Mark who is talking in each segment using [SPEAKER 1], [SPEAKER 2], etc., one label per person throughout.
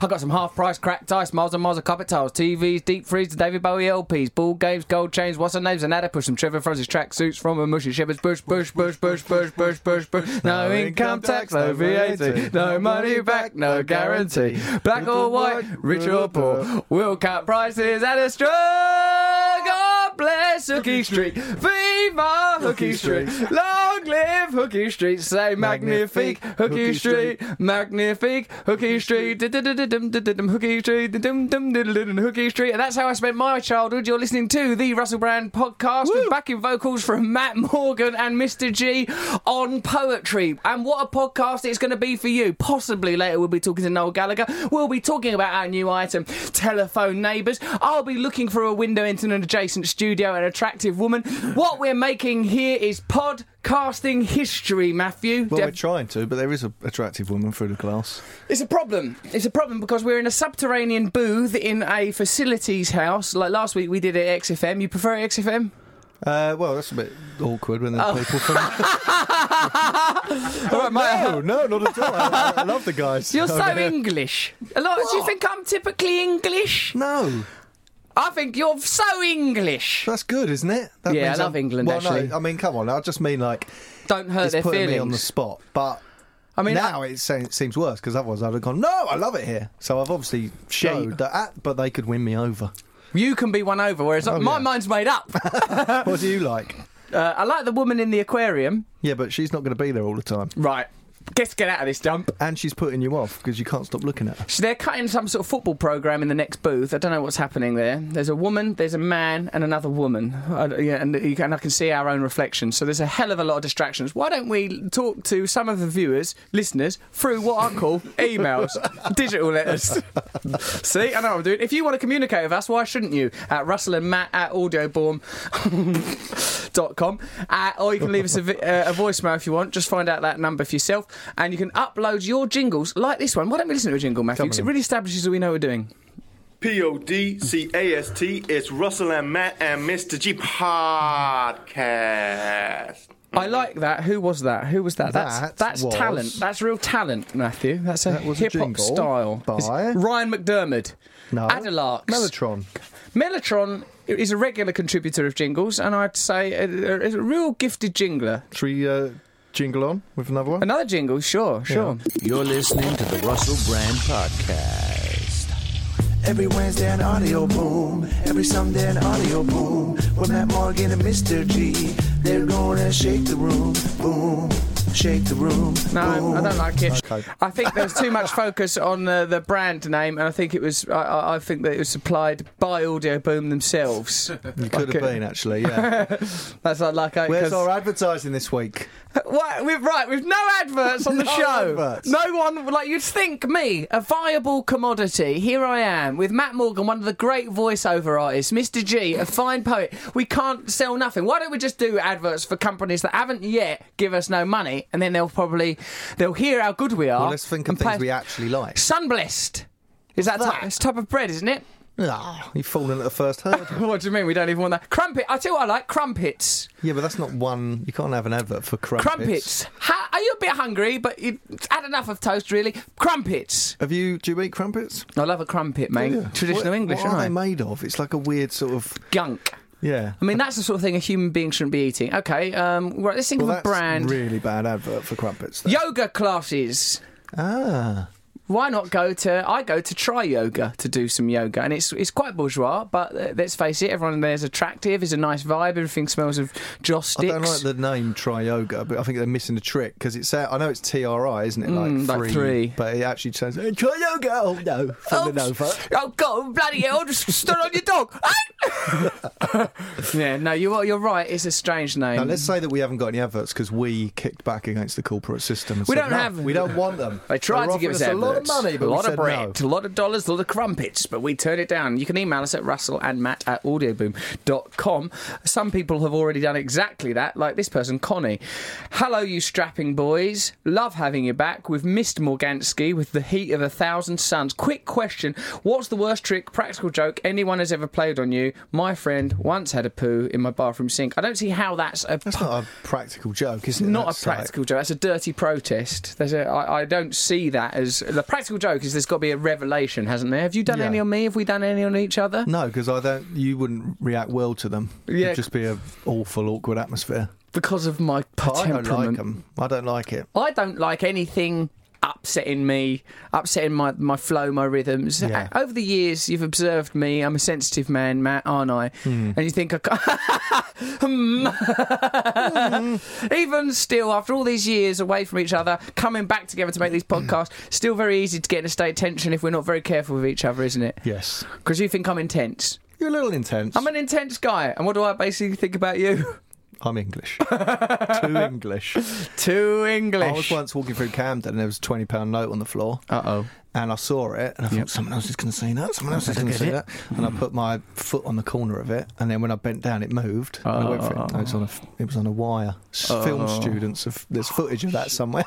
[SPEAKER 1] I got some half price cracked ice, miles and miles of carpet tiles, TVs, deep freeze, the David Bowie LPs, ball games, gold chains, what's her names, and how to push some Trevor Francis tracksuits from a mushy shepherd's bush, bush, bush, bush, bush, bush, bush, bush. No income tax, no VAT, no money back, no guarantee. Black or white, rich or poor, we'll cut prices at a stroke. God bless Hooky Street, Viva Hooky Street, long live Hooky Street, say magnifique Hooky Street, magnifique Hooky Street, dum Hooky Street, dum dum Hooky Street, and that's how I spent my childhood. You're listening to the Russell Brand podcast with backing vocals from Matt Morgan and Mr G on poetry. And what a podcast it's going to be for you. Possibly later we'll be talking to Noel Gallagher. We'll be talking about our new item, telephone neighbours. I'll be looking for a window into an adjacent studio and an attractive woman. What we're making here is podcasting history, Matthew.
[SPEAKER 2] Well,
[SPEAKER 1] Def-
[SPEAKER 2] we're trying to, but there is an attractive woman through the glass.
[SPEAKER 1] it's a problem. It's a problem because we're in a subterranean booth in a facilities house. Like last week we did it at XFM. You prefer XFM?
[SPEAKER 2] Uh, well, that's a bit awkward when
[SPEAKER 1] Oh.
[SPEAKER 2] there's people from.
[SPEAKER 1] All right, mate.
[SPEAKER 2] no, no, not at all. I, I love the guys.
[SPEAKER 1] Oh, You're so
[SPEAKER 2] over there.
[SPEAKER 1] English. A lot. Do you think I'm typically English?
[SPEAKER 2] No,
[SPEAKER 1] I think you're so English.
[SPEAKER 2] that's good, isn't it? That
[SPEAKER 1] Yeah, I
[SPEAKER 2] means
[SPEAKER 1] love England,
[SPEAKER 2] Well,
[SPEAKER 1] actually.
[SPEAKER 2] no, I mean, come on. I just mean like
[SPEAKER 1] Don't hurt
[SPEAKER 2] it's
[SPEAKER 1] their
[SPEAKER 2] putting
[SPEAKER 1] feelings.
[SPEAKER 2] me on the spot. But
[SPEAKER 1] I mean,
[SPEAKER 2] now it se- seems worse because otherwise I'd have gone. No, I love it here. So I've obviously showed that. At, but they could win me over.
[SPEAKER 1] you can be won over, whereas my
[SPEAKER 2] Oh, yeah.
[SPEAKER 1] mind's made up.
[SPEAKER 2] What do you like?
[SPEAKER 1] uh, I like the woman in the aquarium.
[SPEAKER 2] Yeah, but she's not going to be there all the time,
[SPEAKER 1] Right. Let's get out of this dump.
[SPEAKER 2] and she's putting you off because you can't stop looking at her.
[SPEAKER 1] So they're cutting some sort of football program in the next booth. I don't know what's happening there. There's a woman, there's a man, and another woman. I, yeah, and, you can, and I can see our own reflections. So there's a hell of a lot of distractions. Why don't we talk to some of the viewers, listeners, through what I call emails, digital letters? see, I know what I'm doing. If you want to communicate with us, why shouldn't you? At Russell and Matt at audioborm. dot com, uh, or you can leave us a, vi- uh, a voicemail if you want. Just find out that number for yourself, and you can upload your jingles like this one. Why don't we listen to a jingle, Matthew? 'Cause it really establishes that we know what we're doing.
[SPEAKER 3] P O D C A S T. It's Russell and Matt and Mr. G podcast.
[SPEAKER 1] I like that. Who was that? Who was that?
[SPEAKER 2] That
[SPEAKER 1] that's
[SPEAKER 2] was-
[SPEAKER 1] talent. That's real talent, Matthew. That's a
[SPEAKER 2] That was a
[SPEAKER 1] hip hop
[SPEAKER 2] jingle
[SPEAKER 1] style.
[SPEAKER 2] by-
[SPEAKER 1] Is it Ryan McDermott.
[SPEAKER 2] No,
[SPEAKER 1] Adelarks.
[SPEAKER 2] Mellotron.
[SPEAKER 1] Mellotron is a regular contributor of jingles, and I'd say a, a, is a real gifted jingler.
[SPEAKER 2] Should we uh, jingle on with another one?
[SPEAKER 1] Another jingle, sure, sure.
[SPEAKER 4] You're listening to the Russell Brand Podcast.
[SPEAKER 5] Every Wednesday on Audio Boom, every Sunday on Audio Boom. With Matt Morgan and Mr. G, they're gonna shake the room, boom, shake the room.
[SPEAKER 1] No, I don't like it.
[SPEAKER 2] Okay.
[SPEAKER 1] I think there was too much focus on uh, the brand name, and I think it was. I- I, I think that it was supplied by Audio Boom themselves.
[SPEAKER 2] You could have
[SPEAKER 1] Okay.
[SPEAKER 2] been actually. Yeah.
[SPEAKER 1] That's not like I.
[SPEAKER 2] Where's
[SPEAKER 1] 'cause-
[SPEAKER 2] our advertising this week?
[SPEAKER 1] What, we've, right, we've no adverts on the
[SPEAKER 2] No
[SPEAKER 1] show.
[SPEAKER 2] adverts.
[SPEAKER 1] No one, like, you'd think me, a viable commodity. Here I am with Matt Morgan, one of the great voiceover artists, Mr. G, a fine poet. We can't sell nothing. Why don't we just do adverts for companies that haven't yet give us no money, and then they'll probably they'll hear how good we are.
[SPEAKER 2] Well, let's think of
[SPEAKER 1] and
[SPEAKER 2] things
[SPEAKER 1] pay-
[SPEAKER 2] we actually like.
[SPEAKER 1] Sunblessed. Is that,
[SPEAKER 2] that?
[SPEAKER 1] type, it's a type of bread, isn't it?
[SPEAKER 2] Ah, you've fallen at the first hurdle.
[SPEAKER 1] What do you mean? We don't even want that. Crumpet. I tell you what I like crumpets.
[SPEAKER 2] yeah, but that's not one. You can't have an advert for crumpets.
[SPEAKER 1] Crumpets. Ha- are you a bit hungry? But you had enough of toast, really. Crumpets.
[SPEAKER 2] Have you? Do you eat crumpets?
[SPEAKER 1] I love a crumpet, mate.
[SPEAKER 2] Yeah.
[SPEAKER 1] Traditional
[SPEAKER 2] What-
[SPEAKER 1] English,
[SPEAKER 2] What are
[SPEAKER 1] aren't
[SPEAKER 2] they
[SPEAKER 1] I?
[SPEAKER 2] made of? It's like a weird sort of.
[SPEAKER 1] Gunk.
[SPEAKER 2] Yeah.
[SPEAKER 1] I mean, that's the sort of thing a human being shouldn't be eating. Okay, um, right. Let's think
[SPEAKER 2] well,
[SPEAKER 1] of a
[SPEAKER 2] that's
[SPEAKER 1] brand.
[SPEAKER 2] really bad advert for crumpets. Then.
[SPEAKER 1] Yoga classes.
[SPEAKER 2] Ah.
[SPEAKER 1] Why not go to? I go to try yoga to do some yoga, and it's it's quite bourgeois. But uh, let's face it, everyone there's attractive. It's a nice vibe. Everything smells of joss
[SPEAKER 2] I
[SPEAKER 1] sticks.
[SPEAKER 2] don't like the name Trioga, but I think they're missing a trick because it's out- I know it's T R I, isn't it? Like,
[SPEAKER 1] Mm, like
[SPEAKER 2] three,
[SPEAKER 1] three.
[SPEAKER 2] but it actually sounds hey, Trioga. Oh no, falling
[SPEAKER 1] Oh,
[SPEAKER 2] over.
[SPEAKER 1] oh God, bloody hell! Just stood on your dog. Ah! yeah, no, you are. You're right. It's a strange name.
[SPEAKER 2] Now let's say that we haven't got any adverts because we kicked back against the corporate system. And
[SPEAKER 1] We
[SPEAKER 2] said,
[SPEAKER 1] don't
[SPEAKER 2] "No,
[SPEAKER 1] have-
[SPEAKER 2] We don't want them.
[SPEAKER 1] They tried
[SPEAKER 2] They're
[SPEAKER 1] to give us,
[SPEAKER 2] offering a lot of
[SPEAKER 1] adverts,
[SPEAKER 2] money, but
[SPEAKER 1] a
[SPEAKER 2] we
[SPEAKER 1] lot of
[SPEAKER 2] said
[SPEAKER 1] bread, a lot of dollars, a lot of crumpets, but we turned it down. You can email us at russell and matt at audioboom.com. Some people have already done exactly that, like this person, Connie. Hello, you strapping boys. Love having you back. We've missed Morgansky with the heat of a thousand suns. Quick question What's the worst trick, practical joke anyone has ever played on you? My friend once had a poo in my bathroom sink. I don't see how that's a
[SPEAKER 2] That's not a practical joke, is it?
[SPEAKER 1] not
[SPEAKER 2] That's
[SPEAKER 1] a practical joke. That's a dirty protest. There's a. I, I don't see that as. Like, the practical joke is there's got to be a revelation, hasn't there? Have you done
[SPEAKER 2] Yeah.
[SPEAKER 1] any on me? Have we done any on each other?
[SPEAKER 2] No, because I don't. You wouldn't react well to them.
[SPEAKER 1] Yeah.
[SPEAKER 2] It'd just be an awful, awkward atmosphere.
[SPEAKER 1] Because of my
[SPEAKER 2] But I don't like
[SPEAKER 1] temperament.
[SPEAKER 2] them. I don't like it.
[SPEAKER 1] I don't like anything upsetting me, upsetting my, my flow, my rhythms.
[SPEAKER 2] Yeah.
[SPEAKER 1] Uh, Over the years, you've observed me. I'm a sensitive man, Matt, aren't I?
[SPEAKER 2] Hmm.
[SPEAKER 1] And you think I ca- Hmm. Even still, after all these years away from each other, coming back together to make these podcasts, still very easy to get in a state of tension if we're not very careful with each other, isn't it?
[SPEAKER 2] Yes,
[SPEAKER 1] Because you think I'm intense.
[SPEAKER 2] you're a little intense.
[SPEAKER 1] I'm an intense guy. And what do I basically think about you?
[SPEAKER 2] I'm English. Too English.
[SPEAKER 1] Too
[SPEAKER 2] I was
[SPEAKER 1] English.
[SPEAKER 2] once walking through Camden and there was a twenty pound note on the floor.
[SPEAKER 1] Uh oh.
[SPEAKER 2] and I saw it, and I thought someone else is going to see that. Someone else is going to see that. And I
[SPEAKER 1] Hmm.
[SPEAKER 2] put my foot on the corner of it, and then when I bent down, it moved. and I went for it. and It was on a, f- it was on a wire. S-
[SPEAKER 1] Oh.
[SPEAKER 2] Film students, of, there's footage of that somewhere.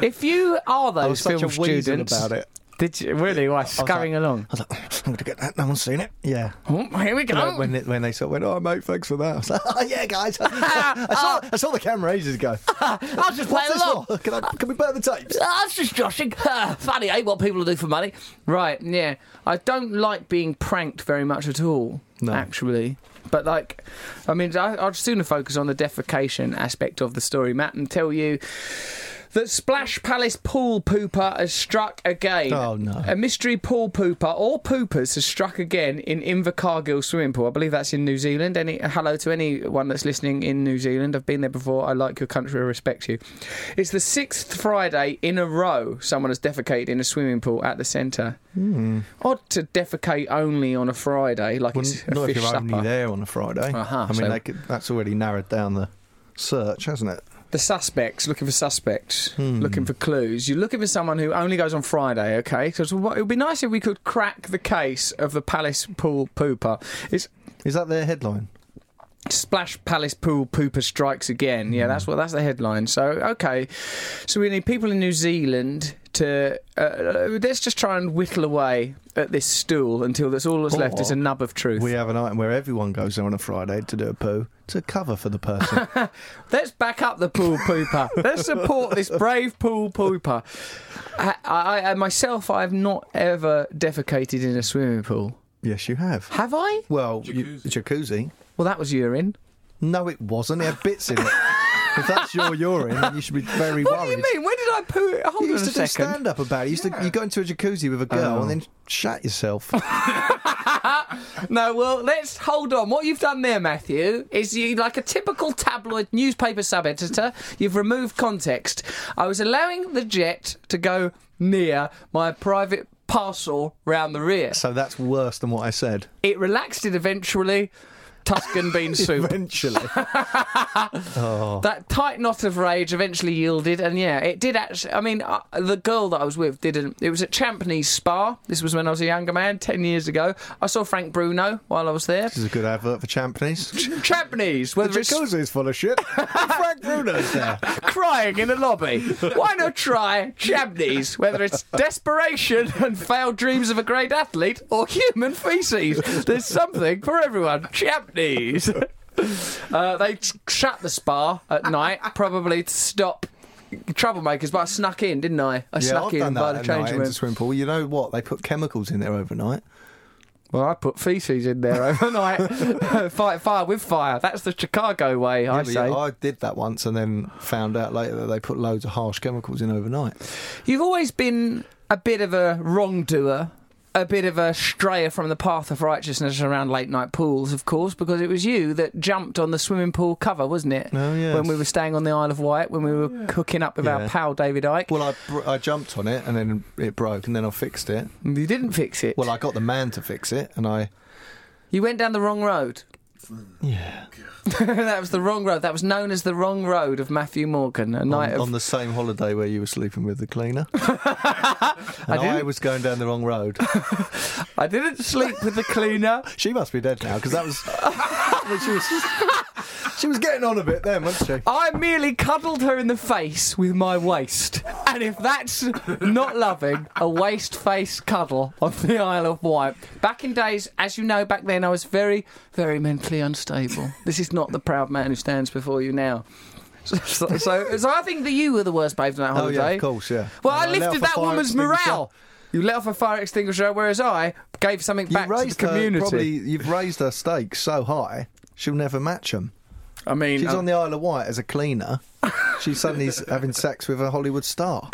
[SPEAKER 1] If you are those
[SPEAKER 2] I was such
[SPEAKER 1] film
[SPEAKER 2] a weasel
[SPEAKER 1] students,
[SPEAKER 2] about it.
[SPEAKER 1] Did you really? Why
[SPEAKER 2] I was
[SPEAKER 1] scurrying
[SPEAKER 2] like-
[SPEAKER 1] along?
[SPEAKER 2] I was like, I'm going to get that. No one's seen it. Yeah.
[SPEAKER 1] Oh, here we
[SPEAKER 2] You know,
[SPEAKER 1] go.
[SPEAKER 2] When it, when they sort of went, oh mate, thanks for that. I was like, oh, yeah, guys. I saw, I saw the camera ages ago.
[SPEAKER 1] I'll just Oh. play
[SPEAKER 2] What's this
[SPEAKER 1] along.
[SPEAKER 2] for? Can, I, can we burn the tapes?
[SPEAKER 1] That's just joshing. Funny, eh? What people do for money. Right, yeah. I don't like being pranked very much at all,
[SPEAKER 2] No.
[SPEAKER 1] actually. But, like, I mean, I, I'd sooner focus on the defecation aspect of the story, Matt, and tell you that Splash Palace pool pooper has struck again.
[SPEAKER 2] Oh, no.
[SPEAKER 1] A mystery pool pooper or poopers has struck again in Invercargill swimming pool. I believe that's in New Zealand. Any hello to anyone that's listening in New Zealand. I've been there before. I like your country. I respect you. It's the sixth Friday in a row someone has defecated in a swimming pool at the centre. Odd to defecate only on a Friday, like
[SPEAKER 2] Well,
[SPEAKER 1] it's a
[SPEAKER 2] not if
[SPEAKER 1] fish
[SPEAKER 2] you're only
[SPEAKER 1] supper.
[SPEAKER 2] there on a Friday.
[SPEAKER 1] Uh-huh,
[SPEAKER 2] I mean,
[SPEAKER 1] so-
[SPEAKER 2] they could, that's already narrowed down the search, hasn't it?
[SPEAKER 1] the suspects looking for suspects looking for clues you're looking for someone who only goes on friday okay because it would be nice if we could crack the case of the palace pool pooper it's
[SPEAKER 2] Is that their headline?
[SPEAKER 1] splash palace pool pooper strikes again yeah that's what that's the headline so okay so we need people in new zealand to uh, uh, let's just try and whittle away at this stool until that's all that's left is a
[SPEAKER 2] Or
[SPEAKER 1] nub of truth
[SPEAKER 2] We have an item where everyone goes there on a Friday to do a poo to cover for the person.
[SPEAKER 1] Let's back up the pool pooper. Let's support this brave pool pooper. I, I, I myself, I have not ever defecated in a swimming pool.
[SPEAKER 2] yes, you have.
[SPEAKER 1] Have I?
[SPEAKER 2] Well, you- jacuzzi.
[SPEAKER 1] Well, that was urine.
[SPEAKER 2] No, it wasn't. It had bits in it. if that's your urine, then you should be very
[SPEAKER 1] What do
[SPEAKER 2] worried.
[SPEAKER 1] you mean? When did I poo? Hold on
[SPEAKER 2] You
[SPEAKER 1] a
[SPEAKER 2] used to do
[SPEAKER 1] second. Oh.
[SPEAKER 2] stand up about it. You, used to, you got into a jacuzzi with a girl and then shat yourself.
[SPEAKER 1] No, well, let's hold on. What you've done there, Matthew, is you, like a typical tabloid newspaper sub editor, you've removed context. I was allowing the jet to go near my private parcel round the rear.
[SPEAKER 2] so that's worse than what I said.
[SPEAKER 1] It relaxed it eventually. Tuscan bean soup.
[SPEAKER 2] Eventually.
[SPEAKER 1] That tight knot of rage eventually yielded, and yeah, it did actually. I mean, uh, the girl that I was with didn't. It was at Champneys Spa. This was when I was a younger man, 10 years ago. I saw Frank Bruno while I was there.
[SPEAKER 2] this is a good advert for Champneys.
[SPEAKER 1] Champneys, whether it's
[SPEAKER 2] Jacuzzi's full of shit. Frank Bruno's there.
[SPEAKER 1] crying in the lobby. Why not try Champneys, whether it's desperation and failed dreams of a great athlete or human feces? There's something for everyone. Champneys. Uh, they t- shut the spa at night, probably to stop troublemakers, but I snuck in, didn't I? I
[SPEAKER 2] Yeah,
[SPEAKER 1] snuck
[SPEAKER 2] I've done
[SPEAKER 1] in by
[SPEAKER 2] that
[SPEAKER 1] the
[SPEAKER 2] at night
[SPEAKER 1] changing
[SPEAKER 2] into
[SPEAKER 1] room.
[SPEAKER 2] swimming pool. You know what? They put chemicals in there overnight.
[SPEAKER 1] Well, I put feces in there overnight. Fight fire with fire. That's the Chicago way, I
[SPEAKER 2] Yeah, but
[SPEAKER 1] say.
[SPEAKER 2] yeah, I did that once and then found out later that they put loads of harsh chemicals in overnight.
[SPEAKER 1] You've always been a bit of a wrongdoer, a bit of a strayer from the path of righteousness around late night pools, of course, because it was you that jumped on the swimming pool cover, wasn't it?
[SPEAKER 2] Oh, yes.
[SPEAKER 1] When we were staying on the Isle of Wight, when we were hooking up with our
[SPEAKER 2] Yeah.
[SPEAKER 1] pal David Icke.
[SPEAKER 2] Well, I, br- I jumped on it and then it broke and then I fixed it.
[SPEAKER 1] you didn't fix it.
[SPEAKER 2] Well, I got the man to fix it and I.
[SPEAKER 1] you went down the wrong road.
[SPEAKER 2] Yeah.
[SPEAKER 1] that was the wrong road. That was known as the wrong road of Matthew Morgan, a
[SPEAKER 2] On,
[SPEAKER 1] night of.
[SPEAKER 2] on the same holiday where you were sleeping with the cleaner.
[SPEAKER 1] I,
[SPEAKER 2] And I,
[SPEAKER 1] didn't,
[SPEAKER 2] was going down the wrong road.
[SPEAKER 1] I didn't sleep with the cleaner.
[SPEAKER 2] she must be dead now because that was. I mean, she was. She was getting on a bit then, wasn't she?
[SPEAKER 1] I merely cuddled her in the face with my waist. And if that's not loving, a waist face cuddle on the Isle of Wight. Back in days, as you know, back then I was very, very mentally unstable. This is not the proud man who stands before you now. So, so, so, so I think that you were the worst behaved on that
[SPEAKER 2] Oh,
[SPEAKER 1] holiday.
[SPEAKER 2] yeah, of course, yeah.
[SPEAKER 1] Well, I
[SPEAKER 2] And let
[SPEAKER 1] lifted
[SPEAKER 2] off a
[SPEAKER 1] that
[SPEAKER 2] fire
[SPEAKER 1] woman's
[SPEAKER 2] extinguisher.
[SPEAKER 1] morale. You let off a fire extinguisher, whereas I gave something
[SPEAKER 2] You
[SPEAKER 1] back to the
[SPEAKER 2] raised
[SPEAKER 1] community.
[SPEAKER 2] Her, probably, you've raised her stakes so high, she'll never match them.
[SPEAKER 1] I mean,
[SPEAKER 2] She's
[SPEAKER 1] uh,
[SPEAKER 2] on the Isle of Wight as a cleaner. She suddenly's having sex with a Hollywood star.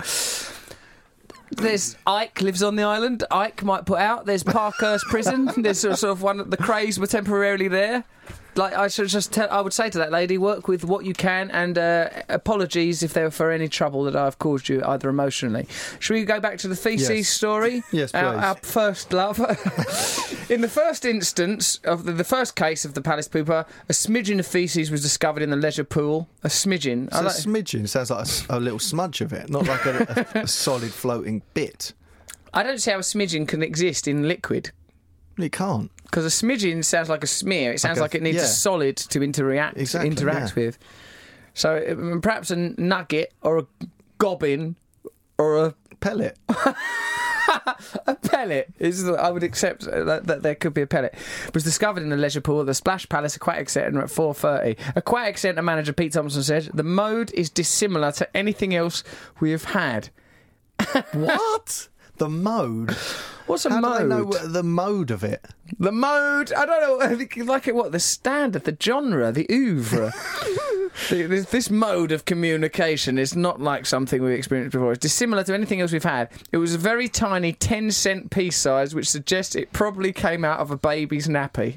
[SPEAKER 1] there's Ike lives on the island. Ike might put out. There's Parkhurst Prison. There's sort of- sort of one. The craze were temporarily there. Like I should just tell, I would say to that lady, work with what you can, and uh, apologies if there were for any trouble that I've caused you, either emotionally. Should we go back to the feces
[SPEAKER 2] Yes.
[SPEAKER 1] story?
[SPEAKER 2] Yes,
[SPEAKER 1] Our,
[SPEAKER 2] please.
[SPEAKER 1] our first love. in the first instance of the, the first case of the palace pooper, a smidgen of feces was discovered in the leisure pool. A smidgen. I
[SPEAKER 2] So
[SPEAKER 1] like-
[SPEAKER 2] smidgen sounds like a s- a, little smudge of it, not like a, a, a solid floating bit.
[SPEAKER 1] I don't see how a smidgen can exist in liquid.
[SPEAKER 2] It can't.
[SPEAKER 1] Because a smidgen sounds like a smear. It sounds
[SPEAKER 2] Like a-
[SPEAKER 1] like, it needs
[SPEAKER 2] yeah.
[SPEAKER 1] a solid to interact
[SPEAKER 2] Exactly,
[SPEAKER 1] interact
[SPEAKER 2] yeah.
[SPEAKER 1] with. So um, perhaps a nugget or a gobbin or a
[SPEAKER 2] Pellet.
[SPEAKER 1] pellet is the- I would accept uh, that, that there could be a pellet was discovered in the leisure pool at the Splash Palace Aquatic Centre at 4:30. Aquatic Centre manager Pete Thompson said the mode is dissimilar to anything else we have had.
[SPEAKER 2] what? The mode.
[SPEAKER 1] What's a
[SPEAKER 2] How
[SPEAKER 1] mode?
[SPEAKER 2] do they know what- the mode of it?
[SPEAKER 1] The mode. I don't know. Like it, what? The standard, the genre, the oeuvre. The- this, this mode of communication is not like something we've experienced before. It's dissimilar to anything else we've had. It was a very tiny 10 cent piece size, which suggests it probably came out of a baby's nappy.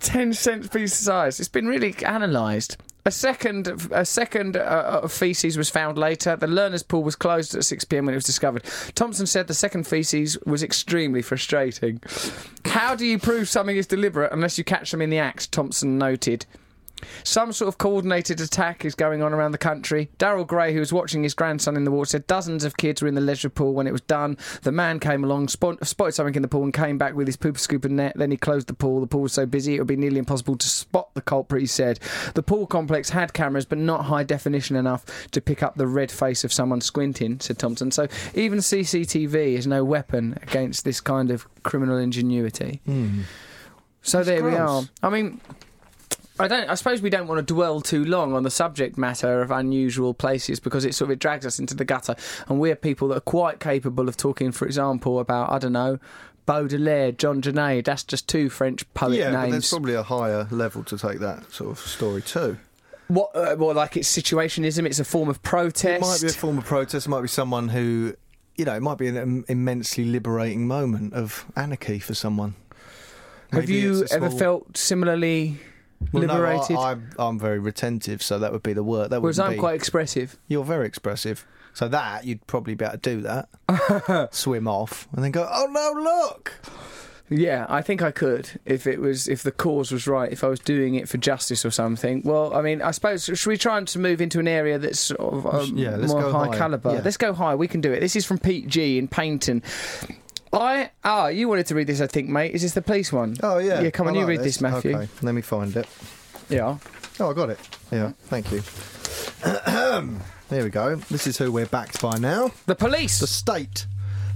[SPEAKER 1] 10 cent piece size. It's been really analysed. A second, a second uh, of feces was found later. The learners' pool was closed at 6 p.m. when it was discovered. Thompson said the second feces was extremely frustrating. How do you prove something is deliberate unless you catch them in the act? Thompson noted. Some sort of coordinated attack is going on around the country. Daryl Gray, who was watching his grandson in the water, said dozens of kids were in the leisure pool when it was done. The man came along, spot- spotted something in the pool, and came back with his pooper scooper net. Then he closed the pool. The pool was so busy it would be nearly impossible to spot the culprit, he said. The pool complex had cameras, but not high definition enough to pick up the red face of someone squinting, said Thompson. So even CCTV is no weapon against this kind of criminal ingenuity. So there we are.
[SPEAKER 2] gross.
[SPEAKER 1] I mean, I don't. I suppose we don't want to dwell too long on the subject matter of unusual places because it sort of it drags us into the gutter, and we're people that are quite capable of talking, for example, about I don't know. Baudelaire, John Genet, that's just two French poet
[SPEAKER 2] yeah, but
[SPEAKER 1] names.
[SPEAKER 2] there's probably a higher level to take that sort of story too.
[SPEAKER 1] what, uh, well, like it's situationism, it's a form of protest.
[SPEAKER 2] It might be a form of protest. It might be someone who, you know, it might be an im- immensely liberating moment of anarchy for someone.
[SPEAKER 1] Have
[SPEAKER 2] Maybe
[SPEAKER 1] you
[SPEAKER 2] it's a
[SPEAKER 1] ever
[SPEAKER 2] small-
[SPEAKER 1] felt similarly
[SPEAKER 2] Well, no, I-
[SPEAKER 1] liberated?
[SPEAKER 2] I, am I'm very retentive, so that would be the word. That would
[SPEAKER 1] Whereas I'm
[SPEAKER 2] be.
[SPEAKER 1] quite expressive.
[SPEAKER 2] You're very expressive, so that you'd probably be able to do that. Swim off and then go. Oh no! Look.
[SPEAKER 1] Yeah, I think I could if it was if the cause was right, if I was doing it for justice or something. Well, I mean, I suppose should we try and to move into an area that's sort of um,
[SPEAKER 2] Yeah, let's
[SPEAKER 1] more
[SPEAKER 2] go
[SPEAKER 1] high
[SPEAKER 2] higher.
[SPEAKER 1] caliber?
[SPEAKER 2] Yeah.
[SPEAKER 1] Let's go high. We can do it. This is from Pete G in Paynton. I ah, you wanted to read this, I think, mate. Is this the police one?
[SPEAKER 2] Oh yeah.
[SPEAKER 1] Yeah, come on,
[SPEAKER 2] I
[SPEAKER 1] you
[SPEAKER 2] like
[SPEAKER 1] read this, Matthew.
[SPEAKER 2] Okay, let me find it.
[SPEAKER 1] Yeah.
[SPEAKER 2] Oh, I got it. Yeah, thank you. there we go. This is who we're backed by now.
[SPEAKER 1] The police.
[SPEAKER 2] The State.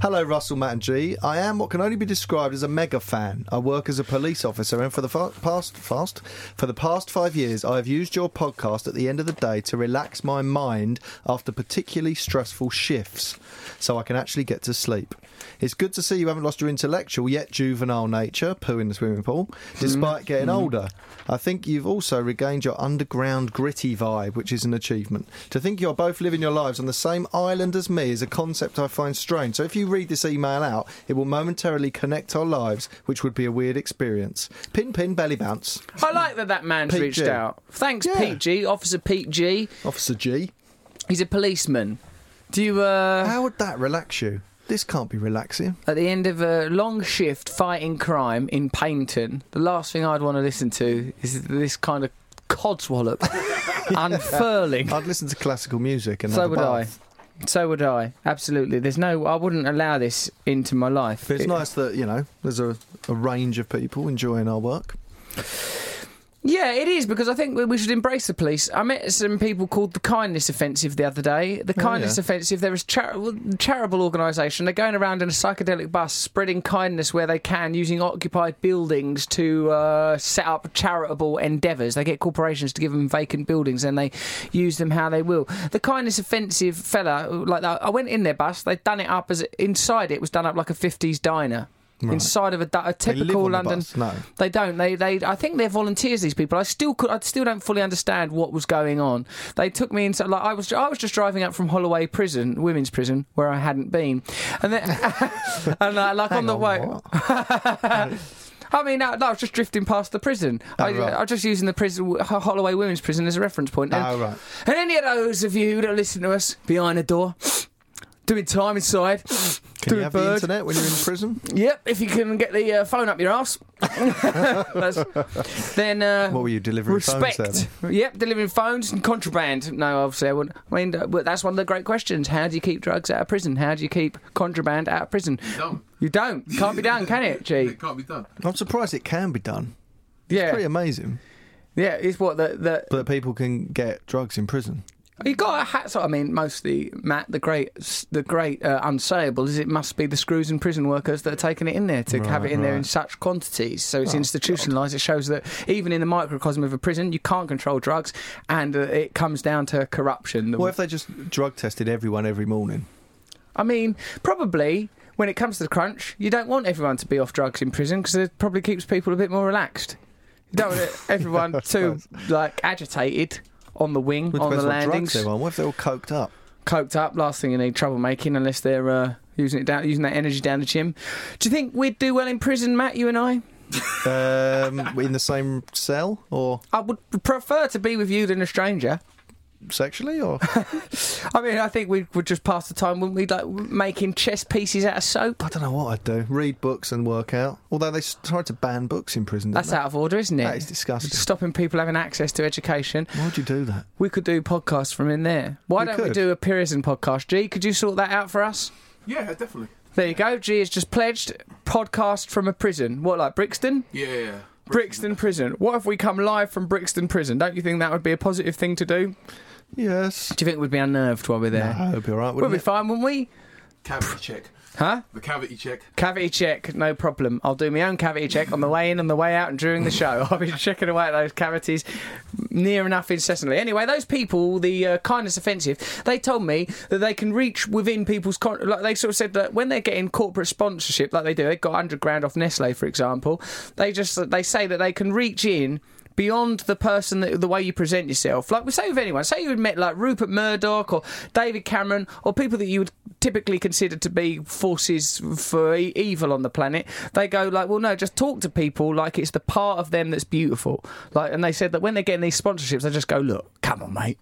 [SPEAKER 2] Hello, Russell, Matt, and G. I am what can only be described as a mega fan. I work as a police officer, and for the fa- past fast for the past five years, I have used your podcast at the end of the day to relax my mind after particularly stressful shifts, so I can actually get to sleep. It's good to see you haven't lost your intellectual yet juvenile nature, poo in the swimming pool,
[SPEAKER 1] Mm.
[SPEAKER 2] despite getting older. I think you've also regained your underground gritty vibe, which is an achievement. To think you're both living your lives on the same island as me is a concept I find strange. So if you read this email out, it will momentarily connect our lives, which would be a weird experience. Pin, pin, belly bounce.
[SPEAKER 1] I like that that man's
[SPEAKER 2] Pete
[SPEAKER 1] reached
[SPEAKER 2] G.
[SPEAKER 1] out. Thanks,
[SPEAKER 2] Yeah.
[SPEAKER 1] Pete G, Officer Pete G.
[SPEAKER 2] Officer G.
[SPEAKER 1] He's a policeman. Do you uh,
[SPEAKER 2] How would that relax you? This can't be relaxing.
[SPEAKER 1] at the end of a long shift fighting crime in Paynton, the last thing I'd want to listen to is this kind of codswallop unfurling.
[SPEAKER 2] I'd listen to classical music and
[SPEAKER 1] So
[SPEAKER 2] have a
[SPEAKER 1] would I.
[SPEAKER 2] bath.
[SPEAKER 1] So would I. Absolutely. There's no. I wouldn't allow this into my life.
[SPEAKER 2] But it's
[SPEAKER 1] It-
[SPEAKER 2] nice that you know there's a, a range of people enjoying our work.
[SPEAKER 1] Yeah, it is because I think we- we should embrace the police. I met some people called the Kindness Offensive the other day. The Kindness
[SPEAKER 2] Oh, yeah.
[SPEAKER 1] Offensive, they're a chari- charitable organisation. They're going around in a psychedelic bus spreading kindness where they can using occupied buildings to uh, set up charitable endeavours. They get corporations to give them vacant buildings and they use them how they will. The Kindness Offensive fella, like that, I went in their bus, they'd done it up as inside it was done up like a 50s diner. Inside of a, du- a
[SPEAKER 2] live
[SPEAKER 1] typical
[SPEAKER 2] on the
[SPEAKER 1] London,
[SPEAKER 2] bus? No.
[SPEAKER 1] they don't. They they. I think they're volunteers. These people. I still could. I still don't fully understand what was going on. They took me into like I was. I was just driving up from Holloway Prison, women's prison, where I hadn't been, and then and uh, like on
[SPEAKER 2] Hang
[SPEAKER 1] the
[SPEAKER 2] on,
[SPEAKER 1] way.
[SPEAKER 2] Oh, what?
[SPEAKER 1] I mean, no, no, I was just drifting past the prison. I,
[SPEAKER 2] Oh, right.
[SPEAKER 1] I was just using the prison, Ho- Holloway Women's Prison, as a reference point. And,
[SPEAKER 2] Oh, right.
[SPEAKER 1] and any of those of you that listen to us behind the door, doing time inside,
[SPEAKER 2] Can
[SPEAKER 1] doing
[SPEAKER 2] you have the
[SPEAKER 1] bird,
[SPEAKER 2] internet when you're in prison?
[SPEAKER 1] Yep, if you can get the uh, phone up your ass, That's- then uh,
[SPEAKER 2] What were you delivering
[SPEAKER 1] respect.
[SPEAKER 2] phones
[SPEAKER 1] Yep, delivering phones and contraband. No, obviously I wouldn't. I mean, uh, but that's one of the great questions. How do you keep drugs out of prison? How do you keep contraband out of prison?
[SPEAKER 6] Done.
[SPEAKER 1] You don't. Can't be done, can it, G?
[SPEAKER 6] It can't be done.
[SPEAKER 2] I'm surprised it can be done. Pretty
[SPEAKER 1] Yeah,
[SPEAKER 2] amazing.
[SPEAKER 1] yeah. It's what the the
[SPEAKER 2] But people can get drugs in prison.
[SPEAKER 1] You got a hat. So I mean, mostly Matt, the great, the great uh, unsayable is it must be the screws and prison workers that are taking it in there to have it in there in such quantities. So
[SPEAKER 2] Oh,
[SPEAKER 1] it's institutionalised. It shows that even in the microcosm of a prison, you can't control drugs, and uh, it comes down to corruption.
[SPEAKER 2] What if they just drug tested everyone every morning?
[SPEAKER 1] I mean, probably when it comes to the crunch, you don't want everyone to be off drugs in prison because it probably keeps people a bit more relaxed. You don't want everyone too like agitated on the wing,
[SPEAKER 2] Well, it
[SPEAKER 1] on the
[SPEAKER 2] depends what drugs
[SPEAKER 1] landings.
[SPEAKER 2] they're on. What if they're all coked up?
[SPEAKER 1] coked up. Last thing you need trouble making unless they're uh, using it down, using that energy down the gym. Do you think we'd do well in prison, Matt? You and I.
[SPEAKER 2] Um, in the same cell or
[SPEAKER 1] I would prefer to be with you than a stranger.
[SPEAKER 2] sexually or
[SPEAKER 1] I mean, I think we would just pass the time, wouldn't we? Like making chess pieces out of soap.
[SPEAKER 2] I don't know what I'd do. Read books and work out. Although they s- tried to ban books in prison. didn't
[SPEAKER 1] That's
[SPEAKER 2] they?
[SPEAKER 1] out of order, isn't it?
[SPEAKER 2] That is disgusting.
[SPEAKER 1] Stopping people having access to education.
[SPEAKER 2] Why would you do that?
[SPEAKER 1] We could do podcasts from in there. Why
[SPEAKER 2] We
[SPEAKER 1] don't we
[SPEAKER 2] could.
[SPEAKER 1] do a prison podcast? G, could you sort that out for us?
[SPEAKER 6] Yeah, definitely.
[SPEAKER 1] There you go. G has just pledged podcast from a prison. What, like Brixton?
[SPEAKER 6] Yeah.
[SPEAKER 1] Brixton Prison. What if we come live from Brixton Prison? Don't you think that would be a positive thing to do?
[SPEAKER 2] Yes.
[SPEAKER 1] Do you think we'd be unnerved while we're there?
[SPEAKER 2] I hope you're right.
[SPEAKER 1] We'll
[SPEAKER 2] Wouldn't
[SPEAKER 1] be
[SPEAKER 2] it?
[SPEAKER 1] fine, wouldn't we?
[SPEAKER 6] Cavity check.
[SPEAKER 1] Huh?
[SPEAKER 6] The cavity check.
[SPEAKER 1] Cavity check, no problem. I'll do my own cavity check on the way in, on the way out, and during the show. I'll be checking away at those cavities near enough incessantly. Anyway, those people, the uh, kindness offensive, they told me that they can reach within people's. Con- like they sort of said that when they're getting corporate sponsorship, like they do, they got 100 grand off Nestle, for example. They just they say that they can reach in beyond the person that, the way you present yourself like we say with anyone say you had met like rupert murdoch or david cameron or people that you would typically consider to be forces for e- evil on the planet they go like well no just talk to people like it's the part of them that's beautiful like and they said that when they're getting these sponsorships they just go look come on mate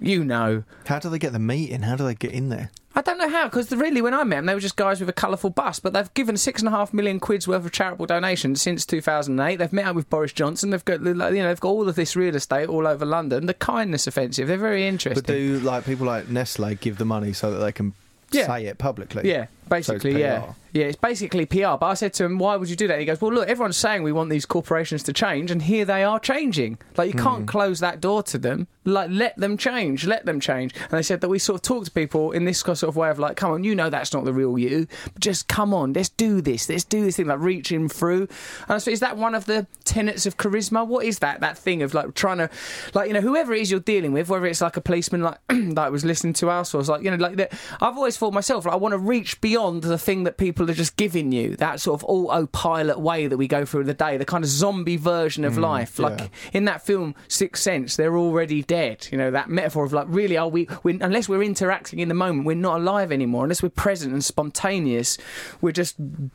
[SPEAKER 1] you know
[SPEAKER 2] How do they get the meeting? How do they get in there?
[SPEAKER 1] I don't know how, because really, when I met them, they were just guys with a colourful bus. But they've given six and a half million quid's worth of charitable donations since 2008. They've met up with Boris Johnson. They've got, like, you know, they've got all of this real estate all over London. The kindness offensive. They're very interesting.
[SPEAKER 2] But do like people like Nestle give the money so that they can
[SPEAKER 1] Yeah.
[SPEAKER 2] say it publicly?
[SPEAKER 1] yeah, basically,
[SPEAKER 2] So it's
[SPEAKER 1] yeah, yeah. It's basically PR. But I said to him, "Why would you do that?" And he goes, "Well, look, everyone's saying we want these corporations to change, and here they are changing. Like
[SPEAKER 2] Hmm.
[SPEAKER 1] you can't close that door to them. Like let them change, let them change." And they said that we sort of talk to people in this sort of way of like, "Come on, you know that's not the real you. But just come on, let's do this. Let's do this thing like reaching through." And I said, "Is that one of the tenets of charisma? What is that? That thing of like trying to, like you know, whoever it is you're dealing with, whether it's like a policeman like that was listening to us, or it's like you know, like that. I've always thought myself, like, I want to reach beyond the thing that people are just giving you. That sort of autopilot way that we go through the day, the kind of zombie version of life. Like in that film Sixth Sense, they're already dead. You know that metaphor of like, really, are we? we unless we're interacting in the moment, we're not alive anymore. Unless we're present and spontaneous, we're just